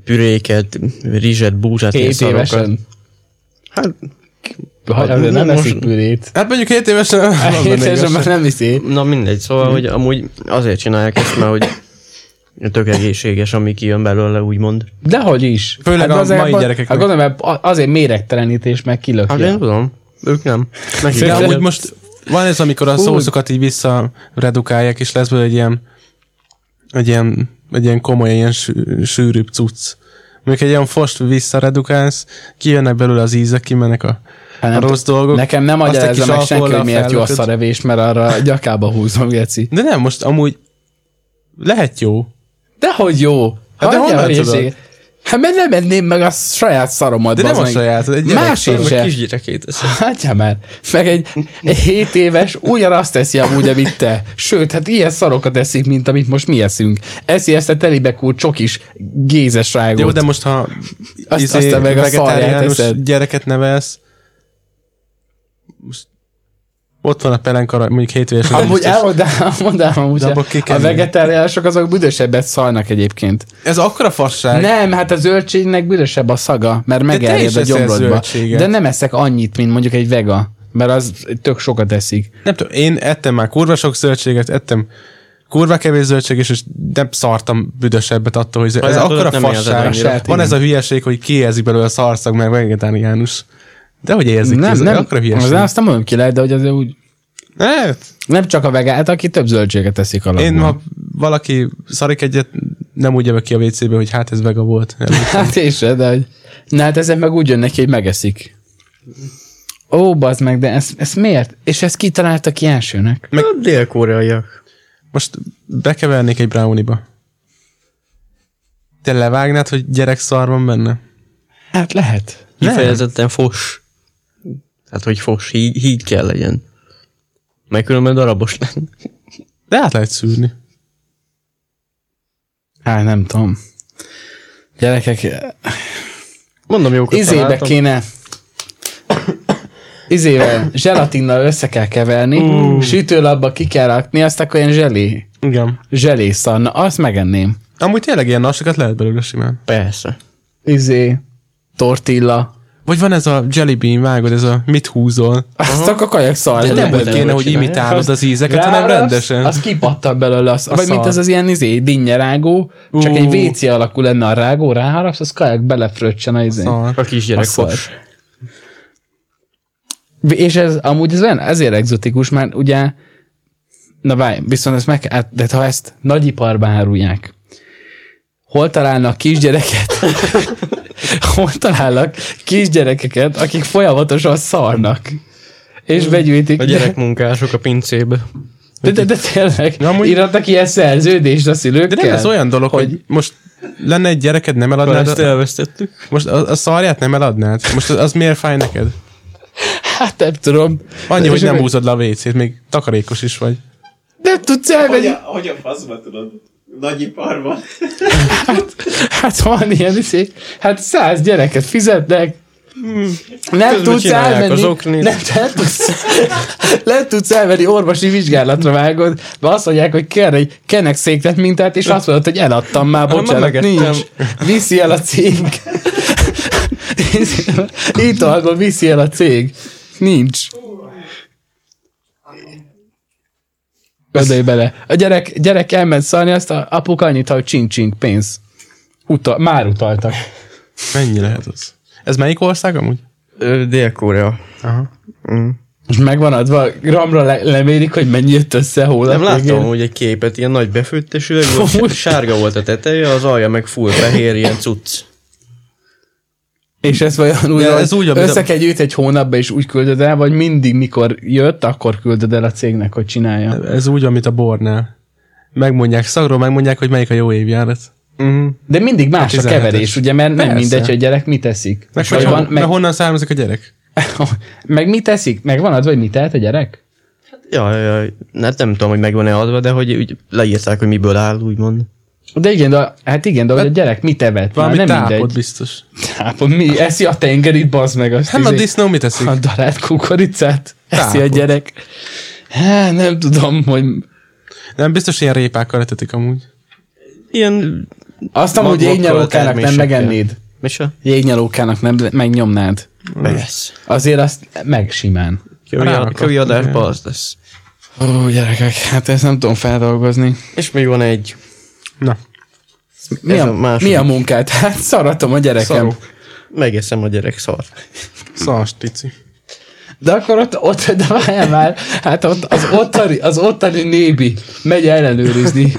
Speaker 3: püréket, rizset, búzsát, ilyen
Speaker 1: Két
Speaker 3: szarokat?
Speaker 1: évesen.
Speaker 3: Hát,
Speaker 1: Ha,
Speaker 3: Hát,
Speaker 1: nem
Speaker 3: most-
Speaker 1: eszik pürét.
Speaker 2: Hát mondjuk 7 évesen. van
Speaker 1: Két
Speaker 2: benne
Speaker 1: évesen
Speaker 2: igazság.
Speaker 1: már nem iszi.
Speaker 3: na mindegy, szóval, hogy amúgy azért csinálják ezt, mert hogy tök egészséges, ami kijön belőle, úgymond.
Speaker 1: Dehogy is.
Speaker 2: Főleg a
Speaker 1: azért
Speaker 2: mai
Speaker 1: abban-
Speaker 2: gyerekeknek.
Speaker 1: Hát gondolom, mert a- azért méregtelenítés meg
Speaker 3: Hát
Speaker 1: kilökje.
Speaker 3: én tudom, ők nem. Nekik
Speaker 2: De
Speaker 3: nem.
Speaker 2: amúgy most van ez, amikor a szószokat így vissza redukálják, és lesz belőle egy ilyen, egy ilyen, egy ilyen komoly, ilyen sű- sűrűbb cucc. Mondjuk egy ilyen fost visszaredukálsz, kijönnek belőle az ízek, kimennek a,
Speaker 1: Hát
Speaker 2: a
Speaker 1: nem
Speaker 2: rossz dolgok.
Speaker 1: Nekem nem
Speaker 2: azt egy
Speaker 1: magyarázza
Speaker 2: kis
Speaker 1: meg senki, hogy
Speaker 2: alkohollal
Speaker 1: miért jó a
Speaker 2: fellököd.
Speaker 1: szarevés, mert arra gyakába húzom, Geci.
Speaker 2: De nem, most amúgy lehet jó.
Speaker 1: Dehogy jó.
Speaker 2: Hát de
Speaker 1: Hagyja
Speaker 2: honnan
Speaker 1: a
Speaker 2: tudod?
Speaker 1: hülyeséget. Hát mert nem enném meg a saját szaromat.
Speaker 2: De nem
Speaker 1: bazd
Speaker 2: a
Speaker 1: meg.
Speaker 2: sajátod, egy gyerek
Speaker 1: Másért
Speaker 2: szarod.
Speaker 1: se.
Speaker 3: kisgyerekét eszek.
Speaker 1: Hátja már. Meg egy, egy 7 éves ugyanazt teszi amúgy, amit te. Sőt, hát ilyen szarokat eszik, mint amit most mi eszünk. Eszi ezt a telibekúr csokis gézes rágot.
Speaker 2: Jó, de most ha izé,
Speaker 1: Azt- aztán meg a szarját eszed.
Speaker 2: vegetáriánus gyereket nevelsz, most ott van a pelenkara, mondjuk hétvégés.
Speaker 1: Amúgy elmondám, mondám, amúgy
Speaker 2: De abba ki
Speaker 1: a
Speaker 2: kell
Speaker 1: vegetáriások azok büdösebbet szalnak egyébként.
Speaker 2: Ez akkora fasság.
Speaker 1: Nem, hát a zöldségnek büdösebb a szaga, mert megerjed
Speaker 2: is
Speaker 1: a
Speaker 2: eszel
Speaker 1: gyomrodba.
Speaker 2: zöldséget.
Speaker 1: De nem eszek annyit, mint mondjuk egy vega, mert az tök sokat eszik.
Speaker 2: Nem tudom, én ettem már kurva sok zöldséget, ettem kurva kevés zöldséget, és- és nem szartam büdösebbet attól, hogy zöld. ez
Speaker 3: Sajnálod,
Speaker 2: akkora
Speaker 3: nem érzed
Speaker 2: fasság.
Speaker 3: annyira.
Speaker 2: Van ez a hülyeség, hogy kiérzik belőle a szarszag, meg vegetáriánus. De hogy érzik
Speaker 1: Nem,
Speaker 2: ki, ez
Speaker 1: nem,
Speaker 2: akkora
Speaker 1: az
Speaker 2: hülyeség.
Speaker 1: azt nem mondom ki lehet, de hogy azért úgy
Speaker 2: Ne,
Speaker 1: nem csak a vegát, aki több zöldséget eszik alapból.
Speaker 2: én, ha valaki szarik egyet, nem úgy jövök ki a WC-be, hogy hát ez vega volt. Nem.
Speaker 1: Hát és se, de hogy... Na hát ezen meg úgy jön neki, hogy megeszik. Ó, bazd meg, de ezt, ezt miért? És ezt kitalálta ki elsőnek.
Speaker 3: Meg... A dél-koreaiak.
Speaker 2: Most bekevernék egy browniba. Te levágnád, hogy gyerek szar van benne?
Speaker 1: Hát lehet.
Speaker 3: Kifejezetten fos. Tehát, hogy fos, híg, híg kell legyen. Meg különben darabos lenni.
Speaker 2: De át lehet szűrni.
Speaker 1: Hát nem tudom. Gyerekek,
Speaker 3: Mondom, jókat
Speaker 1: izébe
Speaker 3: találtam.
Speaker 1: kéne izével, zselatinnal össze kell keverni, uh. sütőlapba ki kell rakni, azt akkor ilyen zselé,
Speaker 2: Igen.
Speaker 1: zselé szarna, azt megenném.
Speaker 2: Amúgy tényleg ilyen nasokat lehet belőle simán.
Speaker 3: Persze.
Speaker 1: Izé, tortilla,
Speaker 2: Vagy van ez a Jelly Bean, vágod, ez a mit húzol.
Speaker 1: Azt csak a kajak szar.
Speaker 2: De nem úgy kéne, hogy imitálod az ízeket, hanem rendesen.
Speaker 1: Az kipattan belőle az, a Vagy mint
Speaker 2: szar.
Speaker 1: ez az ilyen izé, dinnyerágó, csak
Speaker 2: Ú.
Speaker 1: egy WC alakú lenne a rágó, ráharapsz, az kajak belefröccsen a izé.
Speaker 2: Szar.
Speaker 3: A kisgyerek
Speaker 1: Asszal.
Speaker 3: fos.
Speaker 1: És ez amúgy ez olyan, ezért egzotikus, mert ugye, na várj, viszont ezt meg kell, hát, de ha ezt nagyiparban árulják, hol találnak kisgyereket? hol találnak kisgyerekeket, akik folyamatosan szarnak? És begyűjtik.
Speaker 3: A gyerekmunkások a pincébe.
Speaker 1: de, de, de tényleg,
Speaker 2: Na, amúgy-
Speaker 1: írhatnak ilyen szerződést a szülőkkel?
Speaker 2: De nem, ez olyan dolog, hogy, hogy most lenne egy gyereked, nem eladnád,
Speaker 3: Ezt
Speaker 2: a-
Speaker 3: elvesztettük.
Speaker 2: most a, a szarját nem eladnád. Most az, az miért fáj neked?
Speaker 1: Hát nem tudom.
Speaker 2: Annyi,
Speaker 1: És
Speaker 2: hogy nem
Speaker 1: akkor-
Speaker 2: húzod le a vécét, még takarékos is vagy.
Speaker 1: Nem tudsz
Speaker 4: Hogy
Speaker 1: elmenni.
Speaker 4: a, hogy a faszba tudod? Nagyiparban.
Speaker 1: Hát van ilyen is, hát száz gyereket fizetnek, nem
Speaker 3: Közben
Speaker 1: tudsz
Speaker 3: csinálják
Speaker 1: elmenni,
Speaker 3: az oknit.
Speaker 1: nem, nem, tudsz, nem tudsz elmenni orvosi vizsgálatra vágod, mert azt mondják, hogy kell egy kenek széklet mintát, és azt mondod, hogy eladtam már,
Speaker 3: már
Speaker 1: bocsánat,
Speaker 3: megettem.
Speaker 1: nincs. Viszi el a cég. Italban viszi el a cég. Nincs. Gondolj bele. A gyerek, gyerek elment szarni, azt a apuka annyit, hogy csincsink pénz. Utal, már utaltak.
Speaker 2: Mennyi lehet az? Ez melyik ország amúgy?
Speaker 3: Ö, Dél-Korea.
Speaker 2: Aha.
Speaker 1: És megvan adva, gramra le, lemérik, hogy mennyi jött össze hónap
Speaker 3: Nem láttam
Speaker 1: végén.
Speaker 3: úgy egy képet, ilyen nagy befőttes üveg, volt, sárga volt a teteje, az alja meg full fehér, ilyen cucc.
Speaker 1: És ez vajon úgy,
Speaker 2: Ja,
Speaker 1: ez
Speaker 2: ez úgy,
Speaker 1: úgy
Speaker 2: amit a-
Speaker 1: össze kell gyűjteni egy hónapba, és úgy küldöd el, vagy mindig, mikor jött, akkor küldöd el a cégnek, hogy csinálja.
Speaker 2: Ez úgy, amit a bornál. Megmondják szagról, megmondják, hogy melyik a jó évjárat.
Speaker 1: De mindig más a
Speaker 2: 17-es.
Speaker 1: keverés, ugye, mert nem
Speaker 2: Persze.
Speaker 1: mindegy, hogy a gyerek mit eszik.
Speaker 2: Meg,
Speaker 1: És
Speaker 2: hogy
Speaker 1: vagy
Speaker 2: hon,
Speaker 1: van,
Speaker 2: meg...
Speaker 1: meg,
Speaker 2: honnan származik a gyerek?
Speaker 1: meg mit eszik? Meg van adva, hogy mit tehet a gyerek?
Speaker 3: Ja, ja, ja, hát nem tudom, hogy megvan-e adva, de hogy úgy leírták, hogy miből áll, úgymond.
Speaker 1: De igen, de, hát igen, de hogy a gyerek mit evett? Már
Speaker 2: Valami
Speaker 1: nem
Speaker 2: tápot
Speaker 1: mindegy.
Speaker 2: biztos.
Speaker 1: Tápot, mi? Eszi a tengerit, bazd meg azt.
Speaker 2: Hát a
Speaker 1: izé.
Speaker 2: disznó mit eszik?
Speaker 1: A darált kukoricát? Eszi a
Speaker 2: Tápot.
Speaker 1: gyerek? Hát, nem tudom, hogy
Speaker 2: Nem, biztos ilyen répákkal etetik amúgy.
Speaker 3: Ilyen...
Speaker 1: Azt amúgy
Speaker 3: magokkal,
Speaker 1: jégnyalókának nem
Speaker 3: termésekkel.
Speaker 1: megennéd.
Speaker 3: Mi se?
Speaker 1: Jégnyalókának nem megnyomnád.
Speaker 3: Persze.
Speaker 1: Azért azt meg simán.
Speaker 2: Rárakott.
Speaker 3: Kövi adásban az lesz.
Speaker 1: Ó, gyerekek, hát ezt nem tudom feldolgozni.
Speaker 3: És még van egy.
Speaker 2: Na,
Speaker 1: Mi
Speaker 3: Ez
Speaker 1: a,
Speaker 3: a második.
Speaker 1: mi a munkát? Hát szaratom a gyerekem.
Speaker 2: szarú.
Speaker 3: Megeszem a gyerek szar.
Speaker 2: Szars, szóval tici.
Speaker 1: De akkor ott, ott de várjál már, hát ott, az, ottani, az ottani nébi megy ellenőrizni.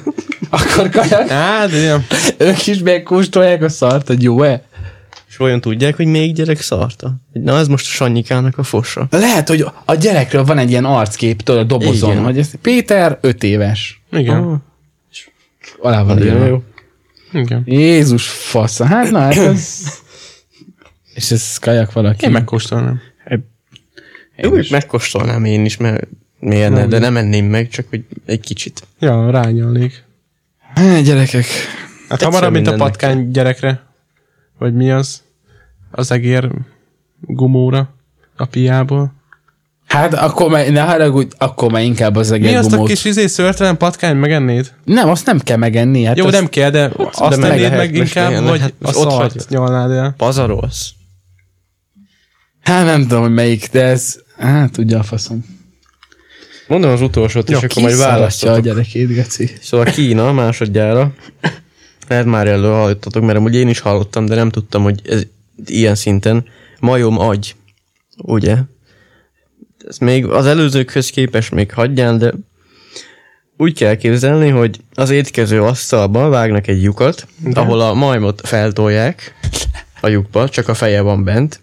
Speaker 1: Akkor kajak,
Speaker 2: Á, de ilyen.
Speaker 1: ők is megkóstolják a szart, hogy jó-e?
Speaker 3: És olyan tudják, hogy még gyerek szarta. Na ez most a Sanyikának a fosa.
Speaker 1: Lehet, hogy a gyerekről van egy ilyen arcképtől a dobozon,
Speaker 3: Igen.
Speaker 1: hogy ez Péter öt éves.
Speaker 2: Igen,
Speaker 3: Ah,
Speaker 1: Alá van
Speaker 3: nagyon
Speaker 1: írva.
Speaker 3: jó.
Speaker 2: igen.
Speaker 1: Jézus fasz, hát na hát ez... És ez kajak valaki.
Speaker 2: Én megkóstolnám.
Speaker 3: Jó, hogy megkóstolnám én is, mert miért ne, de nem enném meg, csak hogy egy kicsit.
Speaker 2: Ja, rányolnék.
Speaker 1: Hát, gyerekek.
Speaker 2: Hát
Speaker 3: Tetszel
Speaker 2: hamarabb, mint a
Speaker 3: mindennek.
Speaker 2: patkány gyerekre. Vagy mi az? Az egér gumóra a piából.
Speaker 1: Hát akkor már, ne haragudj, akkor már inkább az
Speaker 2: Mi azt a
Speaker 1: egérgumót.
Speaker 2: kis izé szörtelen patkány megennéd?
Speaker 1: Nem, azt nem kell megenni. Hát
Speaker 2: Jó,
Speaker 1: azt-
Speaker 2: nem kell, de azt
Speaker 3: meg
Speaker 2: ennéd
Speaker 3: lehet,
Speaker 2: meg
Speaker 3: most
Speaker 2: inkább,
Speaker 3: igen,
Speaker 2: vagy
Speaker 3: hát
Speaker 2: a
Speaker 3: most ott
Speaker 2: szart
Speaker 3: hagyjuk.
Speaker 2: nyolnád el.
Speaker 3: Pazarolsz.
Speaker 1: Hát nem tudom, hogy melyik, de ez... Hát tudja a faszom.
Speaker 3: Mondom az utolsót, és akkor majd
Speaker 1: Kiszarhatja a
Speaker 3: választjatok.
Speaker 1: gyerekét, geci.
Speaker 3: Szóval Kína másodjára. Lehet már elő hallottatok, mert amúgy én is hallottam, de nem tudtam, hogy ez ilyen szinten. Majom agy. Ugye? Ez még az előzőkhöz képest még hagyján, de úgy kell képzelni, hogy az étkező asztalba vágnak egy lyukat, de. ahol a majmot feltolják a lyukba, csak a feje van bent.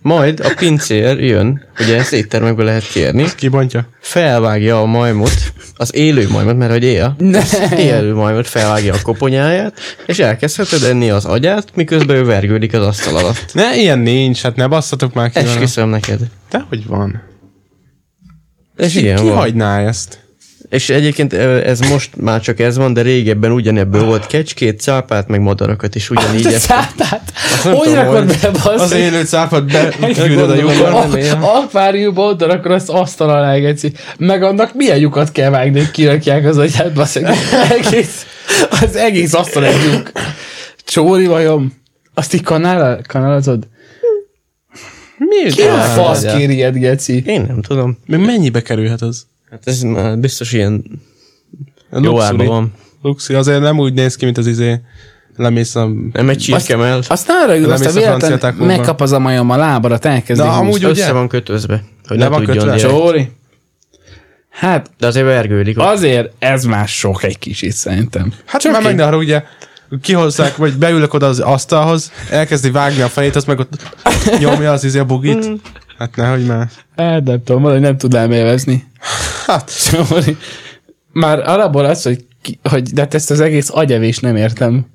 Speaker 3: Majd a pincér jön, ugye ezt éttermekből lehet kérni,
Speaker 2: Kibontja.
Speaker 3: felvágja a majmot, az élő majmot, mert hogy él, az élő majmot felvágja a koponyáját, és elkezdheted enni az agyát, miközben ő vergődik az asztal alatt.
Speaker 2: Ne, ilyen nincs, hát ne basszatok már ki. vele.
Speaker 3: Esküszöm neked.
Speaker 2: De hogy van?
Speaker 3: És
Speaker 2: Ki,
Speaker 3: ilyen
Speaker 2: ki
Speaker 3: van.
Speaker 2: hagyná ezt?
Speaker 3: És egyébként ö, ez most már csak ez van, de régebben ugyanebből volt kecskét, cápát, meg madarakat is ugyanígy.
Speaker 1: Te
Speaker 3: ezt-
Speaker 1: szápát!
Speaker 3: nem
Speaker 1: Hogy
Speaker 3: tudom,
Speaker 1: rakod
Speaker 3: hogy-
Speaker 1: be,
Speaker 2: Az
Speaker 1: bassz?
Speaker 2: élő cápat beküldöd a
Speaker 3: Gondolom,
Speaker 2: lyukba.
Speaker 3: hogy- nem él.
Speaker 1: A- Akváriumba oda rakod azt asztal alá, geci. Meg annak milyen lyukat kell vágni, hogy kirakják az agyát, baszeg. Egész, az egész asztal egy lyuk. Csóri vajom. Azt így kanál, kanálazod?
Speaker 2: Miért?
Speaker 1: Ki a
Speaker 2: Ja.
Speaker 1: fasz kéri ilyet, geci?
Speaker 3: Én nem tudom.
Speaker 2: Még mennyibe kerülhet az?
Speaker 3: Hát ez már biztos ilyen
Speaker 2: A
Speaker 3: jó
Speaker 2: luxuri.
Speaker 3: árban van.
Speaker 2: Luxuri, azért nem úgy néz ki, mint az izé. Lemész a...
Speaker 3: Nem egy csirke el.
Speaker 1: Azt arra jön,
Speaker 2: Nem
Speaker 1: azt a
Speaker 2: hisz a francia
Speaker 1: véletlen
Speaker 2: tákóba.
Speaker 1: megkap az a majom a lábadat, elkezdik
Speaker 2: Na,
Speaker 1: húzni.
Speaker 2: amúgy ugye?
Speaker 3: Össze van kötözve, hogy
Speaker 2: Le
Speaker 3: ne
Speaker 2: van
Speaker 3: tudjon
Speaker 2: kötve?
Speaker 3: direkt.
Speaker 1: Csóri? Hát
Speaker 3: De azért vergődik. ott.
Speaker 1: azért ez már sok egy kicsit szerintem.
Speaker 2: Hát csak már meg ne ugye kihozzák, vagy beülök oda az asztalhoz, elkezdi vágni a fejét, azt meg ott nyomja az izé a bugit. Hát nehogy már.
Speaker 1: Hát nem tudom, valahogy nem tudnám élvezni.
Speaker 2: Hát,
Speaker 1: Csóri. Már alapból az, hogy, ki, hogy de hát ezt az egész agyevés nem értem.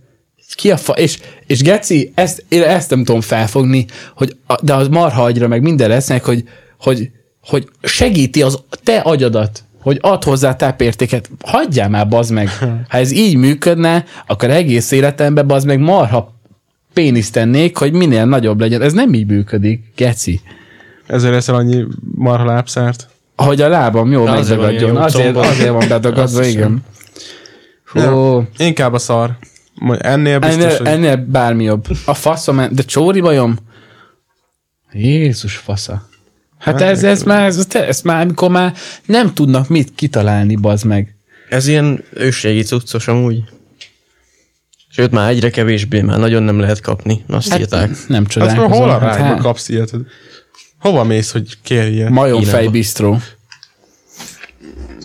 Speaker 1: Ki a fa, és, és Geci, ezt, én ezt nem tudom felfogni, hogy a, de az marha agyra meg minden lesznek, hogy, hogy, hogy segíti az te agyadat, hogy ad hozzá tápértéket. Hagyjál már, bazd meg. Ha ez így működne, akkor egész életemben bazd meg marha péniszt tennék, hogy minél nagyobb legyen. Ez nem így működik, Geci.
Speaker 2: ezért leszel annyi marha lábszárt.
Speaker 1: Hogy a lábam jól
Speaker 3: Azért van
Speaker 1: megdagadjon.
Speaker 3: ilyen jó
Speaker 1: Azért,
Speaker 3: combod.
Speaker 1: azért van bedagadva, igen.
Speaker 2: Nem.
Speaker 1: Hú,
Speaker 2: Inkább a szar. Majd ennél biztos,
Speaker 1: ennél,
Speaker 2: hogy...
Speaker 1: ennél bármi jobb. A faszom, en- de csóri bajom? Jézus fasza. Hát ez, ez már, ez, te- ez már, amikor már nem tudnak mit kitalálni, bazd meg.
Speaker 3: Ez ilyen ősrégi cuccos amúgy. Sőt, már egyre kevésbé, már nagyon nem lehet kapni. Azt hát, írták.
Speaker 1: Nem
Speaker 2: Hát
Speaker 1: csodálkozom.
Speaker 2: mert hol a
Speaker 1: Hát,
Speaker 2: rákba
Speaker 1: hát,
Speaker 2: kapsz ilyet? Hova mész, hogy kérj ilyet?
Speaker 1: Majomfej
Speaker 3: Kínálba.
Speaker 1: bistró.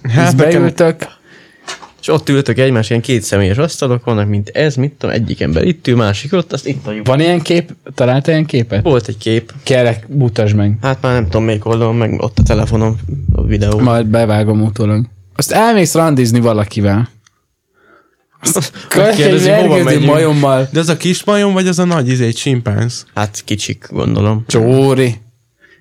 Speaker 2: hát
Speaker 1: Hát
Speaker 2: nekem,
Speaker 1: beültök.
Speaker 3: És ott ültök egymás, ilyen két személyes asztalok vannak, mint ez, mit tudom, egyik ember itt ül, másik ott, azt itt vagyunk.
Speaker 1: Van ilyen kép? Találtál ilyen képet?
Speaker 3: Volt egy kép,
Speaker 1: Kérlek, mutasd meg.
Speaker 3: hát már nem tudom melyik oldalon, meg ott a telefonom, a videó. Ma
Speaker 1: Majd bevágom utólag. Azt elmész randizni valakivel.
Speaker 3: kérdezi, hova
Speaker 1: Kérdezi,
Speaker 3: megyünk?
Speaker 1: majommal.
Speaker 2: de ez a kis majom, vagy ez a nagy izé, egy csimpánz?
Speaker 3: Hát kicsik, gondolom.
Speaker 1: Csóri.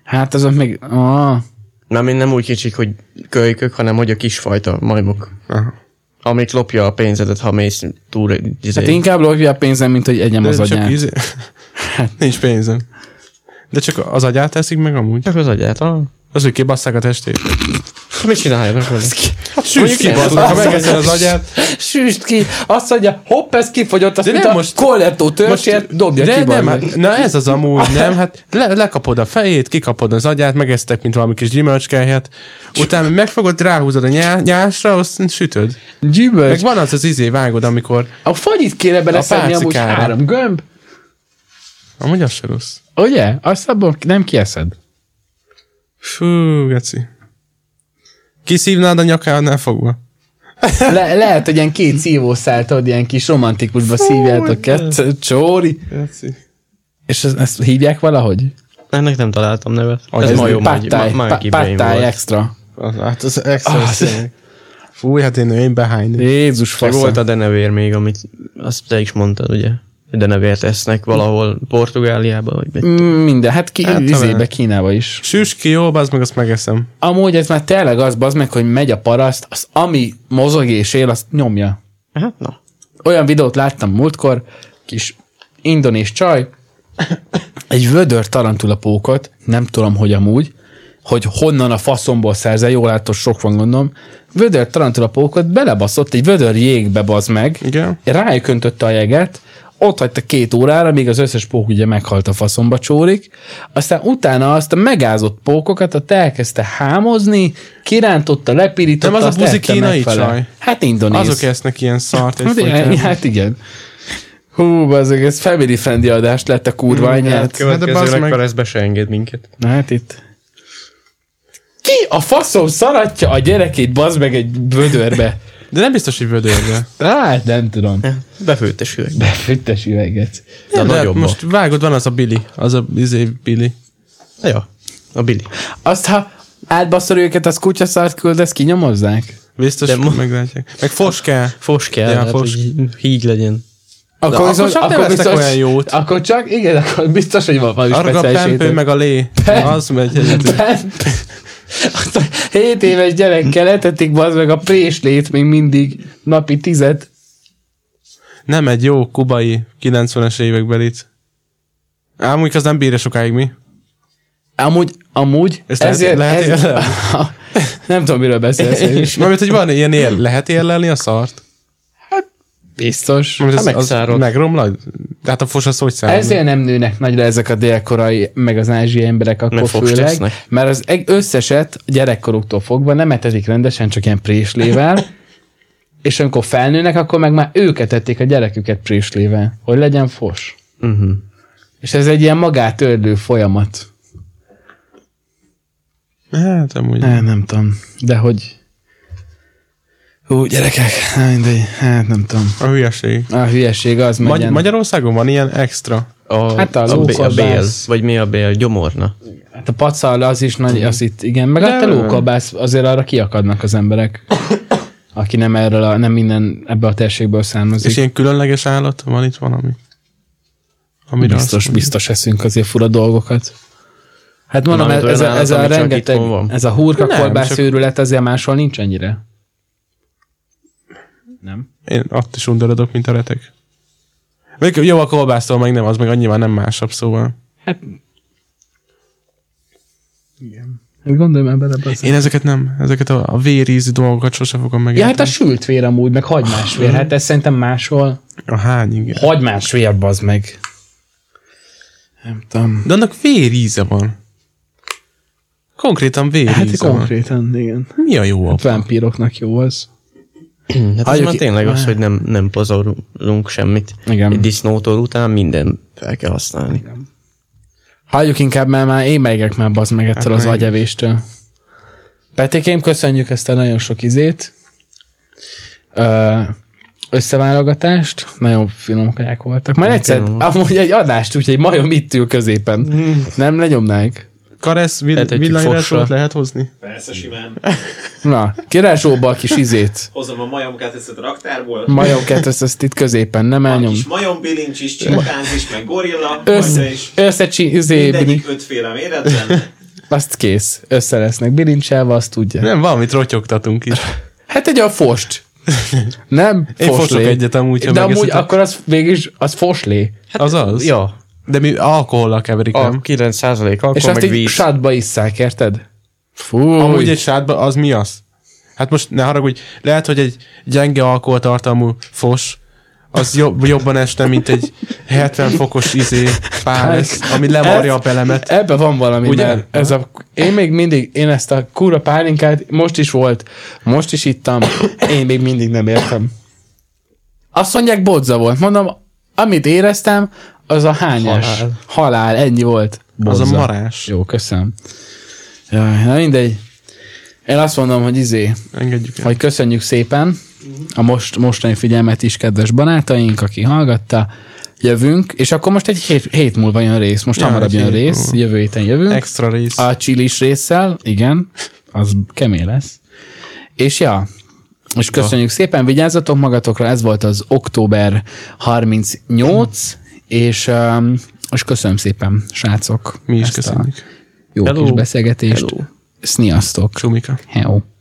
Speaker 1: Hát azok még... Ah.
Speaker 3: Nem, én nem úgy kicsik, hogy kölykök, hanem hogy a kisfajta majmok.
Speaker 2: Aha.
Speaker 3: Amit lopja a pénzedet, ha mész túl. Izé.
Speaker 1: Hát inkább lopja a pénzem, mint hogy egyem
Speaker 2: De
Speaker 1: az
Speaker 2: csak
Speaker 1: agyát.
Speaker 2: izé... Nincs pénzem. De csak az agyát eszik meg amúgy.
Speaker 3: Csak az agyát, ah.
Speaker 2: Az, hogy kibasszák a testét.
Speaker 1: Hát,
Speaker 3: Mit csinálják vele?
Speaker 2: Hát süss ki,
Speaker 1: nem,
Speaker 2: bazzeg, ha
Speaker 1: az-
Speaker 2: megeszed az agyát.
Speaker 1: Süst ki, azt mondja, hopp, ez kifogyott, azt
Speaker 2: De
Speaker 1: mint
Speaker 2: nem
Speaker 1: a
Speaker 2: most-
Speaker 1: kollettó törzsért, dobja
Speaker 2: de
Speaker 1: ki.
Speaker 2: nem,
Speaker 1: bazd meg.
Speaker 2: hát, na ez az amúgy, nem? Hát le, lekapod a fejét, kikapod az agyát, megesztek, mint valami kis gyümölcskelhet. Utána megfogod, ráhúzod a nyá, nyásra, azt sütöd. Meg
Speaker 1: Gyümölcs.
Speaker 2: van az az izé vágod, amikor...
Speaker 1: A fagyit kéne beleszedni amúgy
Speaker 2: pálcikára.
Speaker 1: három gömb.
Speaker 2: Amúgy az se rossz.
Speaker 1: Ugye? Azt abból nem kieszed.
Speaker 2: Fú, geci. Kiszívnád a nyakánál fogva?
Speaker 1: Le- lehet, hogy ilyen két szívószált, tudod, ilyen kis romantikusba szívjátok kettő, csóri.
Speaker 2: Geci.
Speaker 1: És ezt, ezt hívják valahogy?
Speaker 3: Ennek nem találtam nevet.
Speaker 2: Agyat. Ez
Speaker 3: majom, agy-
Speaker 1: pattáj,
Speaker 3: ma- monkey brain
Speaker 1: pattáj
Speaker 3: volt.
Speaker 1: extra.
Speaker 2: Az, hát az extra ah, Fú, hát én, én behányni.
Speaker 1: Jézus
Speaker 3: Meg
Speaker 1: fasza.
Speaker 3: volt a denevér még, amit azt te is mondtad, ugye? Denevért esznek valahol Portugáliában, vagy mit.
Speaker 1: Mm, Minden, hát ki,
Speaker 2: Hát,
Speaker 1: hát, izébe,
Speaker 2: talán.
Speaker 1: Kínába is.
Speaker 2: Süss ki, jó, az meg azt megeszem.
Speaker 1: Amúgy ez már tényleg az, az meg, hogy megy a paraszt, az ami mozog és él, azt nyomja.
Speaker 3: Hát na.
Speaker 1: Olyan videót láttam múltkor, kis indonés csaj, egy vödör tarantula pókot, nem tudom, hogy amúgy, hogy honnan a faszomból szerzel, jól látod, sok van gondolom, vödör tarantula pókot belebaszott egy vödör jégbe, bazd meg,
Speaker 2: Igen.
Speaker 1: rájököntötte a jeget, ott hagyta két órára, míg az összes pók ugye meghalt a faszomba csórik, aztán utána azt a megázott pókokat, ott elkezdte hámozni, kirántotta, lepirította.
Speaker 2: Nem, az a
Speaker 1: azt
Speaker 2: buzi
Speaker 1: ette
Speaker 2: kínai
Speaker 1: megfele.
Speaker 2: csaj.
Speaker 1: Hát indonéz.
Speaker 2: Azok esznek ilyen szart
Speaker 1: Hát igen,
Speaker 2: egyfolytában.
Speaker 1: hát igen. Hú, azok, ez family friendly adás lett a kurva anyát.
Speaker 2: Hát de bazd
Speaker 3: Következő
Speaker 2: meg.
Speaker 3: meg... ez be se enged minket.
Speaker 1: Na hát itt. Ki a faszom szaratja a gyerekét, bazd meg egy vödörbe?
Speaker 2: De nem biztos, hogy vödörbe.
Speaker 1: Hát nem tudom.
Speaker 3: Befőttes üvegbe.
Speaker 1: Füttes üveget.
Speaker 3: Na,
Speaker 2: De
Speaker 3: nagyobb.
Speaker 2: most
Speaker 3: Most...
Speaker 2: vágod, van az a Billy. Az a izé Billy.
Speaker 3: Ja, a Billy.
Speaker 1: Azt, ha átbaszol őket, az kutyaszart küldesz, kinyomozzák?
Speaker 2: Biztos,
Speaker 3: De mo-
Speaker 2: hogy meglátják. Meg fos kell.
Speaker 3: Fos kell,
Speaker 2: Ja,
Speaker 3: ja, hát,
Speaker 2: fos.
Speaker 3: fos. Hogy híg legyen.
Speaker 2: akkor csak nem lesznek olyan jót.
Speaker 1: Akkor csak, igen, akkor biztos, hogy van valami
Speaker 2: Arra a
Speaker 1: speciális
Speaker 2: pempő,
Speaker 1: étel.
Speaker 2: meg a lé. Az megy egyedül.
Speaker 1: Pempő. Azt a 7 éves gyerekkel etetik bazd meg a préslét még mindig napi tizet.
Speaker 2: Nem egy jó kubai 90-es évekbelit. Ám úgy az nem bírja sokáig mi.
Speaker 1: Amúgy, amúgy,
Speaker 2: Ezt lehet-
Speaker 1: ezért,
Speaker 2: lehet
Speaker 1: ez,
Speaker 2: élelni?
Speaker 1: nem tudom, miről beszélsz. én is.
Speaker 2: Mármint, hogy van ilyen él, lehet érlelni a szart?
Speaker 1: Biztos.
Speaker 2: Mármint
Speaker 3: Hát megszárod.
Speaker 2: megromlad? De hát a fos az hogy számít?
Speaker 1: Ezért nem nőnek nagyra ezek a délkorai, meg az ázsiai emberek akkor
Speaker 3: Mert fogsot
Speaker 1: főleg,
Speaker 3: esznek.
Speaker 1: mert az eg- összeset gyerekkoruktól fogva nem etetik rendesen, csak ilyen préslével, és amikor felnőnek, akkor meg már őket ették a gyereküket préslével, hogy legyen fos.
Speaker 3: Uh-huh.
Speaker 1: És ez egy ilyen magát ördő folyamat.
Speaker 2: Hát amúgy.
Speaker 1: Hát nem tudom, de hogy... Hú, gyerekek, hát mindegy, hát nem tudom.
Speaker 2: A hülyeség.
Speaker 1: A hülyeség az
Speaker 2: Magy-
Speaker 1: megyen.
Speaker 2: Magyarországon van ilyen extra?
Speaker 3: A,
Speaker 1: Hát a
Speaker 3: a, bé- a bél,
Speaker 1: lókolbász.
Speaker 3: vagy mi a bél, gyomorna.
Speaker 1: Hát a pacal az is nagy, az itt, igen, meg hát
Speaker 2: De-
Speaker 1: a lókabász, azért arra kiakadnak az emberek, aki nem erről, a, nem minden ebbe a térségből
Speaker 2: És
Speaker 1: származik.
Speaker 2: ilyen különleges állat? Van itt valami? Amire
Speaker 1: Biztos,
Speaker 2: azt mondja?
Speaker 1: biztos eszünk azért fura dolgokat. Hát mondom,
Speaker 3: Valamit
Speaker 1: ez, ez, a,
Speaker 3: olyan
Speaker 1: ez a
Speaker 3: állat, ami csak
Speaker 1: rengeteg,
Speaker 3: itthon van?
Speaker 1: ez a hurka
Speaker 2: Nem,
Speaker 1: kolbász
Speaker 2: csak-
Speaker 1: őrület azért máshol nincs ennyire. Nem?
Speaker 2: Én ott is undorodok, mint a retek. Még jó, a kolbásztól meg nem, az meg annyival nem másabb, szóval.
Speaker 1: Hát... Igen. Hát gondolj már bele, bassz.
Speaker 2: Én ezeket nem, ezeket a, a vérízű dolgokat sose fogom meg.
Speaker 1: Ja, hát a sült vér amúgy, meg hagymás
Speaker 2: Mhm.
Speaker 1: vér. Hát ez szerintem máshol.
Speaker 2: a hány, igen.
Speaker 1: Hagymás vér, bazd meg. Nem tudom.
Speaker 2: De annak véríze van. Konkrétan véríze
Speaker 1: Hát
Speaker 2: van.
Speaker 1: konkrétan, igen.
Speaker 2: Mi a jó abban?
Speaker 1: Vámpíroknak jó az.
Speaker 3: Hát az
Speaker 1: Hagyjuk
Speaker 3: már
Speaker 1: ki-
Speaker 3: tényleg az, hogy nem, nem pazarulunk semmit.
Speaker 1: Igen.
Speaker 3: Egy disznótól után minden fel kell használni.
Speaker 1: Halljuk inkább, mert már én megek már bazd meg ettől
Speaker 2: Hát
Speaker 1: az
Speaker 2: meg.
Speaker 1: agyevéstől. Petikém, köszönjük ezt a nagyon sok izét. Ö, összeválogatást. Nagyon finom kaják voltak. Már egyszer,
Speaker 3: finom
Speaker 1: amúgy egy adást, úgyhogy majom itt ül középen. Nem legyomnánk.
Speaker 2: Karesz vill-
Speaker 3: Etetjük
Speaker 2: villanyrásolat
Speaker 3: fogsra.
Speaker 2: lehet hozni?
Speaker 4: Persze simán.
Speaker 1: Na, kirázsóba a kis izét.
Speaker 4: Hozom a majomkát ezt a raktárból.
Speaker 1: Majom kettősz, ezt itt középen, nem
Speaker 4: a
Speaker 1: elnyom.
Speaker 4: kis majom bilincs is, csimpánz is, meg gorilla.
Speaker 1: Össze,
Speaker 4: Össze is.
Speaker 1: összecsi, izé,
Speaker 4: Mindegyik ötféle méretben.
Speaker 1: azt kész. Össze lesznek bilincselve, azt tudja.
Speaker 2: Nem, valamit rotyogtatunk is.
Speaker 1: Hát egy a fost. Nem?
Speaker 2: Én
Speaker 1: Foslé.
Speaker 2: fosok egyet amúgy, ha
Speaker 1: De amúgy
Speaker 2: megeszitek.
Speaker 1: akkor az végig, az foslé.
Speaker 2: Hát, az az?
Speaker 3: Ja,
Speaker 2: De mi alkohollal keverik,
Speaker 3: a
Speaker 2: nem?
Speaker 3: 9 alkohol,
Speaker 1: És
Speaker 3: meg
Speaker 1: azt így víz.
Speaker 3: víz.
Speaker 1: sátba isszák, érted? Fú,
Speaker 2: Amúgy egy sátba, az mi az? Hát most ne haragudj, lehet, hogy egy gyenge alkoholtartalmú fos, az jobb, jobban esne, mint egy 70 fokos izé pálesz, ami lemarja a belemet.
Speaker 1: Ebben Hát, van valami,
Speaker 2: Ugye?
Speaker 1: Ugye? mert ez a, én még mindig, én ezt a kúra pálinkát most is volt, most is ittam, én még mindig nem értem. Azt mondják, bodza volt. Mondom, amit éreztem, az a hányás.
Speaker 3: Halál.
Speaker 1: Halál. Halál, ennyi volt.
Speaker 2: Az
Speaker 1: Bodza.
Speaker 2: a marás.
Speaker 1: Jó, köszönöm. Jaj, na mindegy. Én azt mondom, hogy izé,
Speaker 2: Engedjük el.
Speaker 1: hogy köszönjük szépen a most, mostani figyelmet is, kedves barátaink, aki hallgatta. Jövünk, és akkor most egy hét, hét múlva jön rész, most
Speaker 2: Ja,
Speaker 1: ja, hamarabb
Speaker 2: egy
Speaker 1: jön
Speaker 2: hét
Speaker 1: rész,
Speaker 2: múlva.
Speaker 1: jövő héten jövünk.
Speaker 2: Extra rész.
Speaker 1: A csilis résszel, igen, az kemény lesz. És ja, és köszönjük szépen, vigyázzatok magatokra, ez volt az október 38, és, um, és köszönöm szépen, srácok.
Speaker 2: Mi is
Speaker 1: ezt a
Speaker 2: köszönjük.
Speaker 1: Jó
Speaker 3: Hello.
Speaker 1: kis beszélgetést.
Speaker 3: Hello.
Speaker 1: Sziasztok.
Speaker 2: Csumika.
Speaker 1: Hello.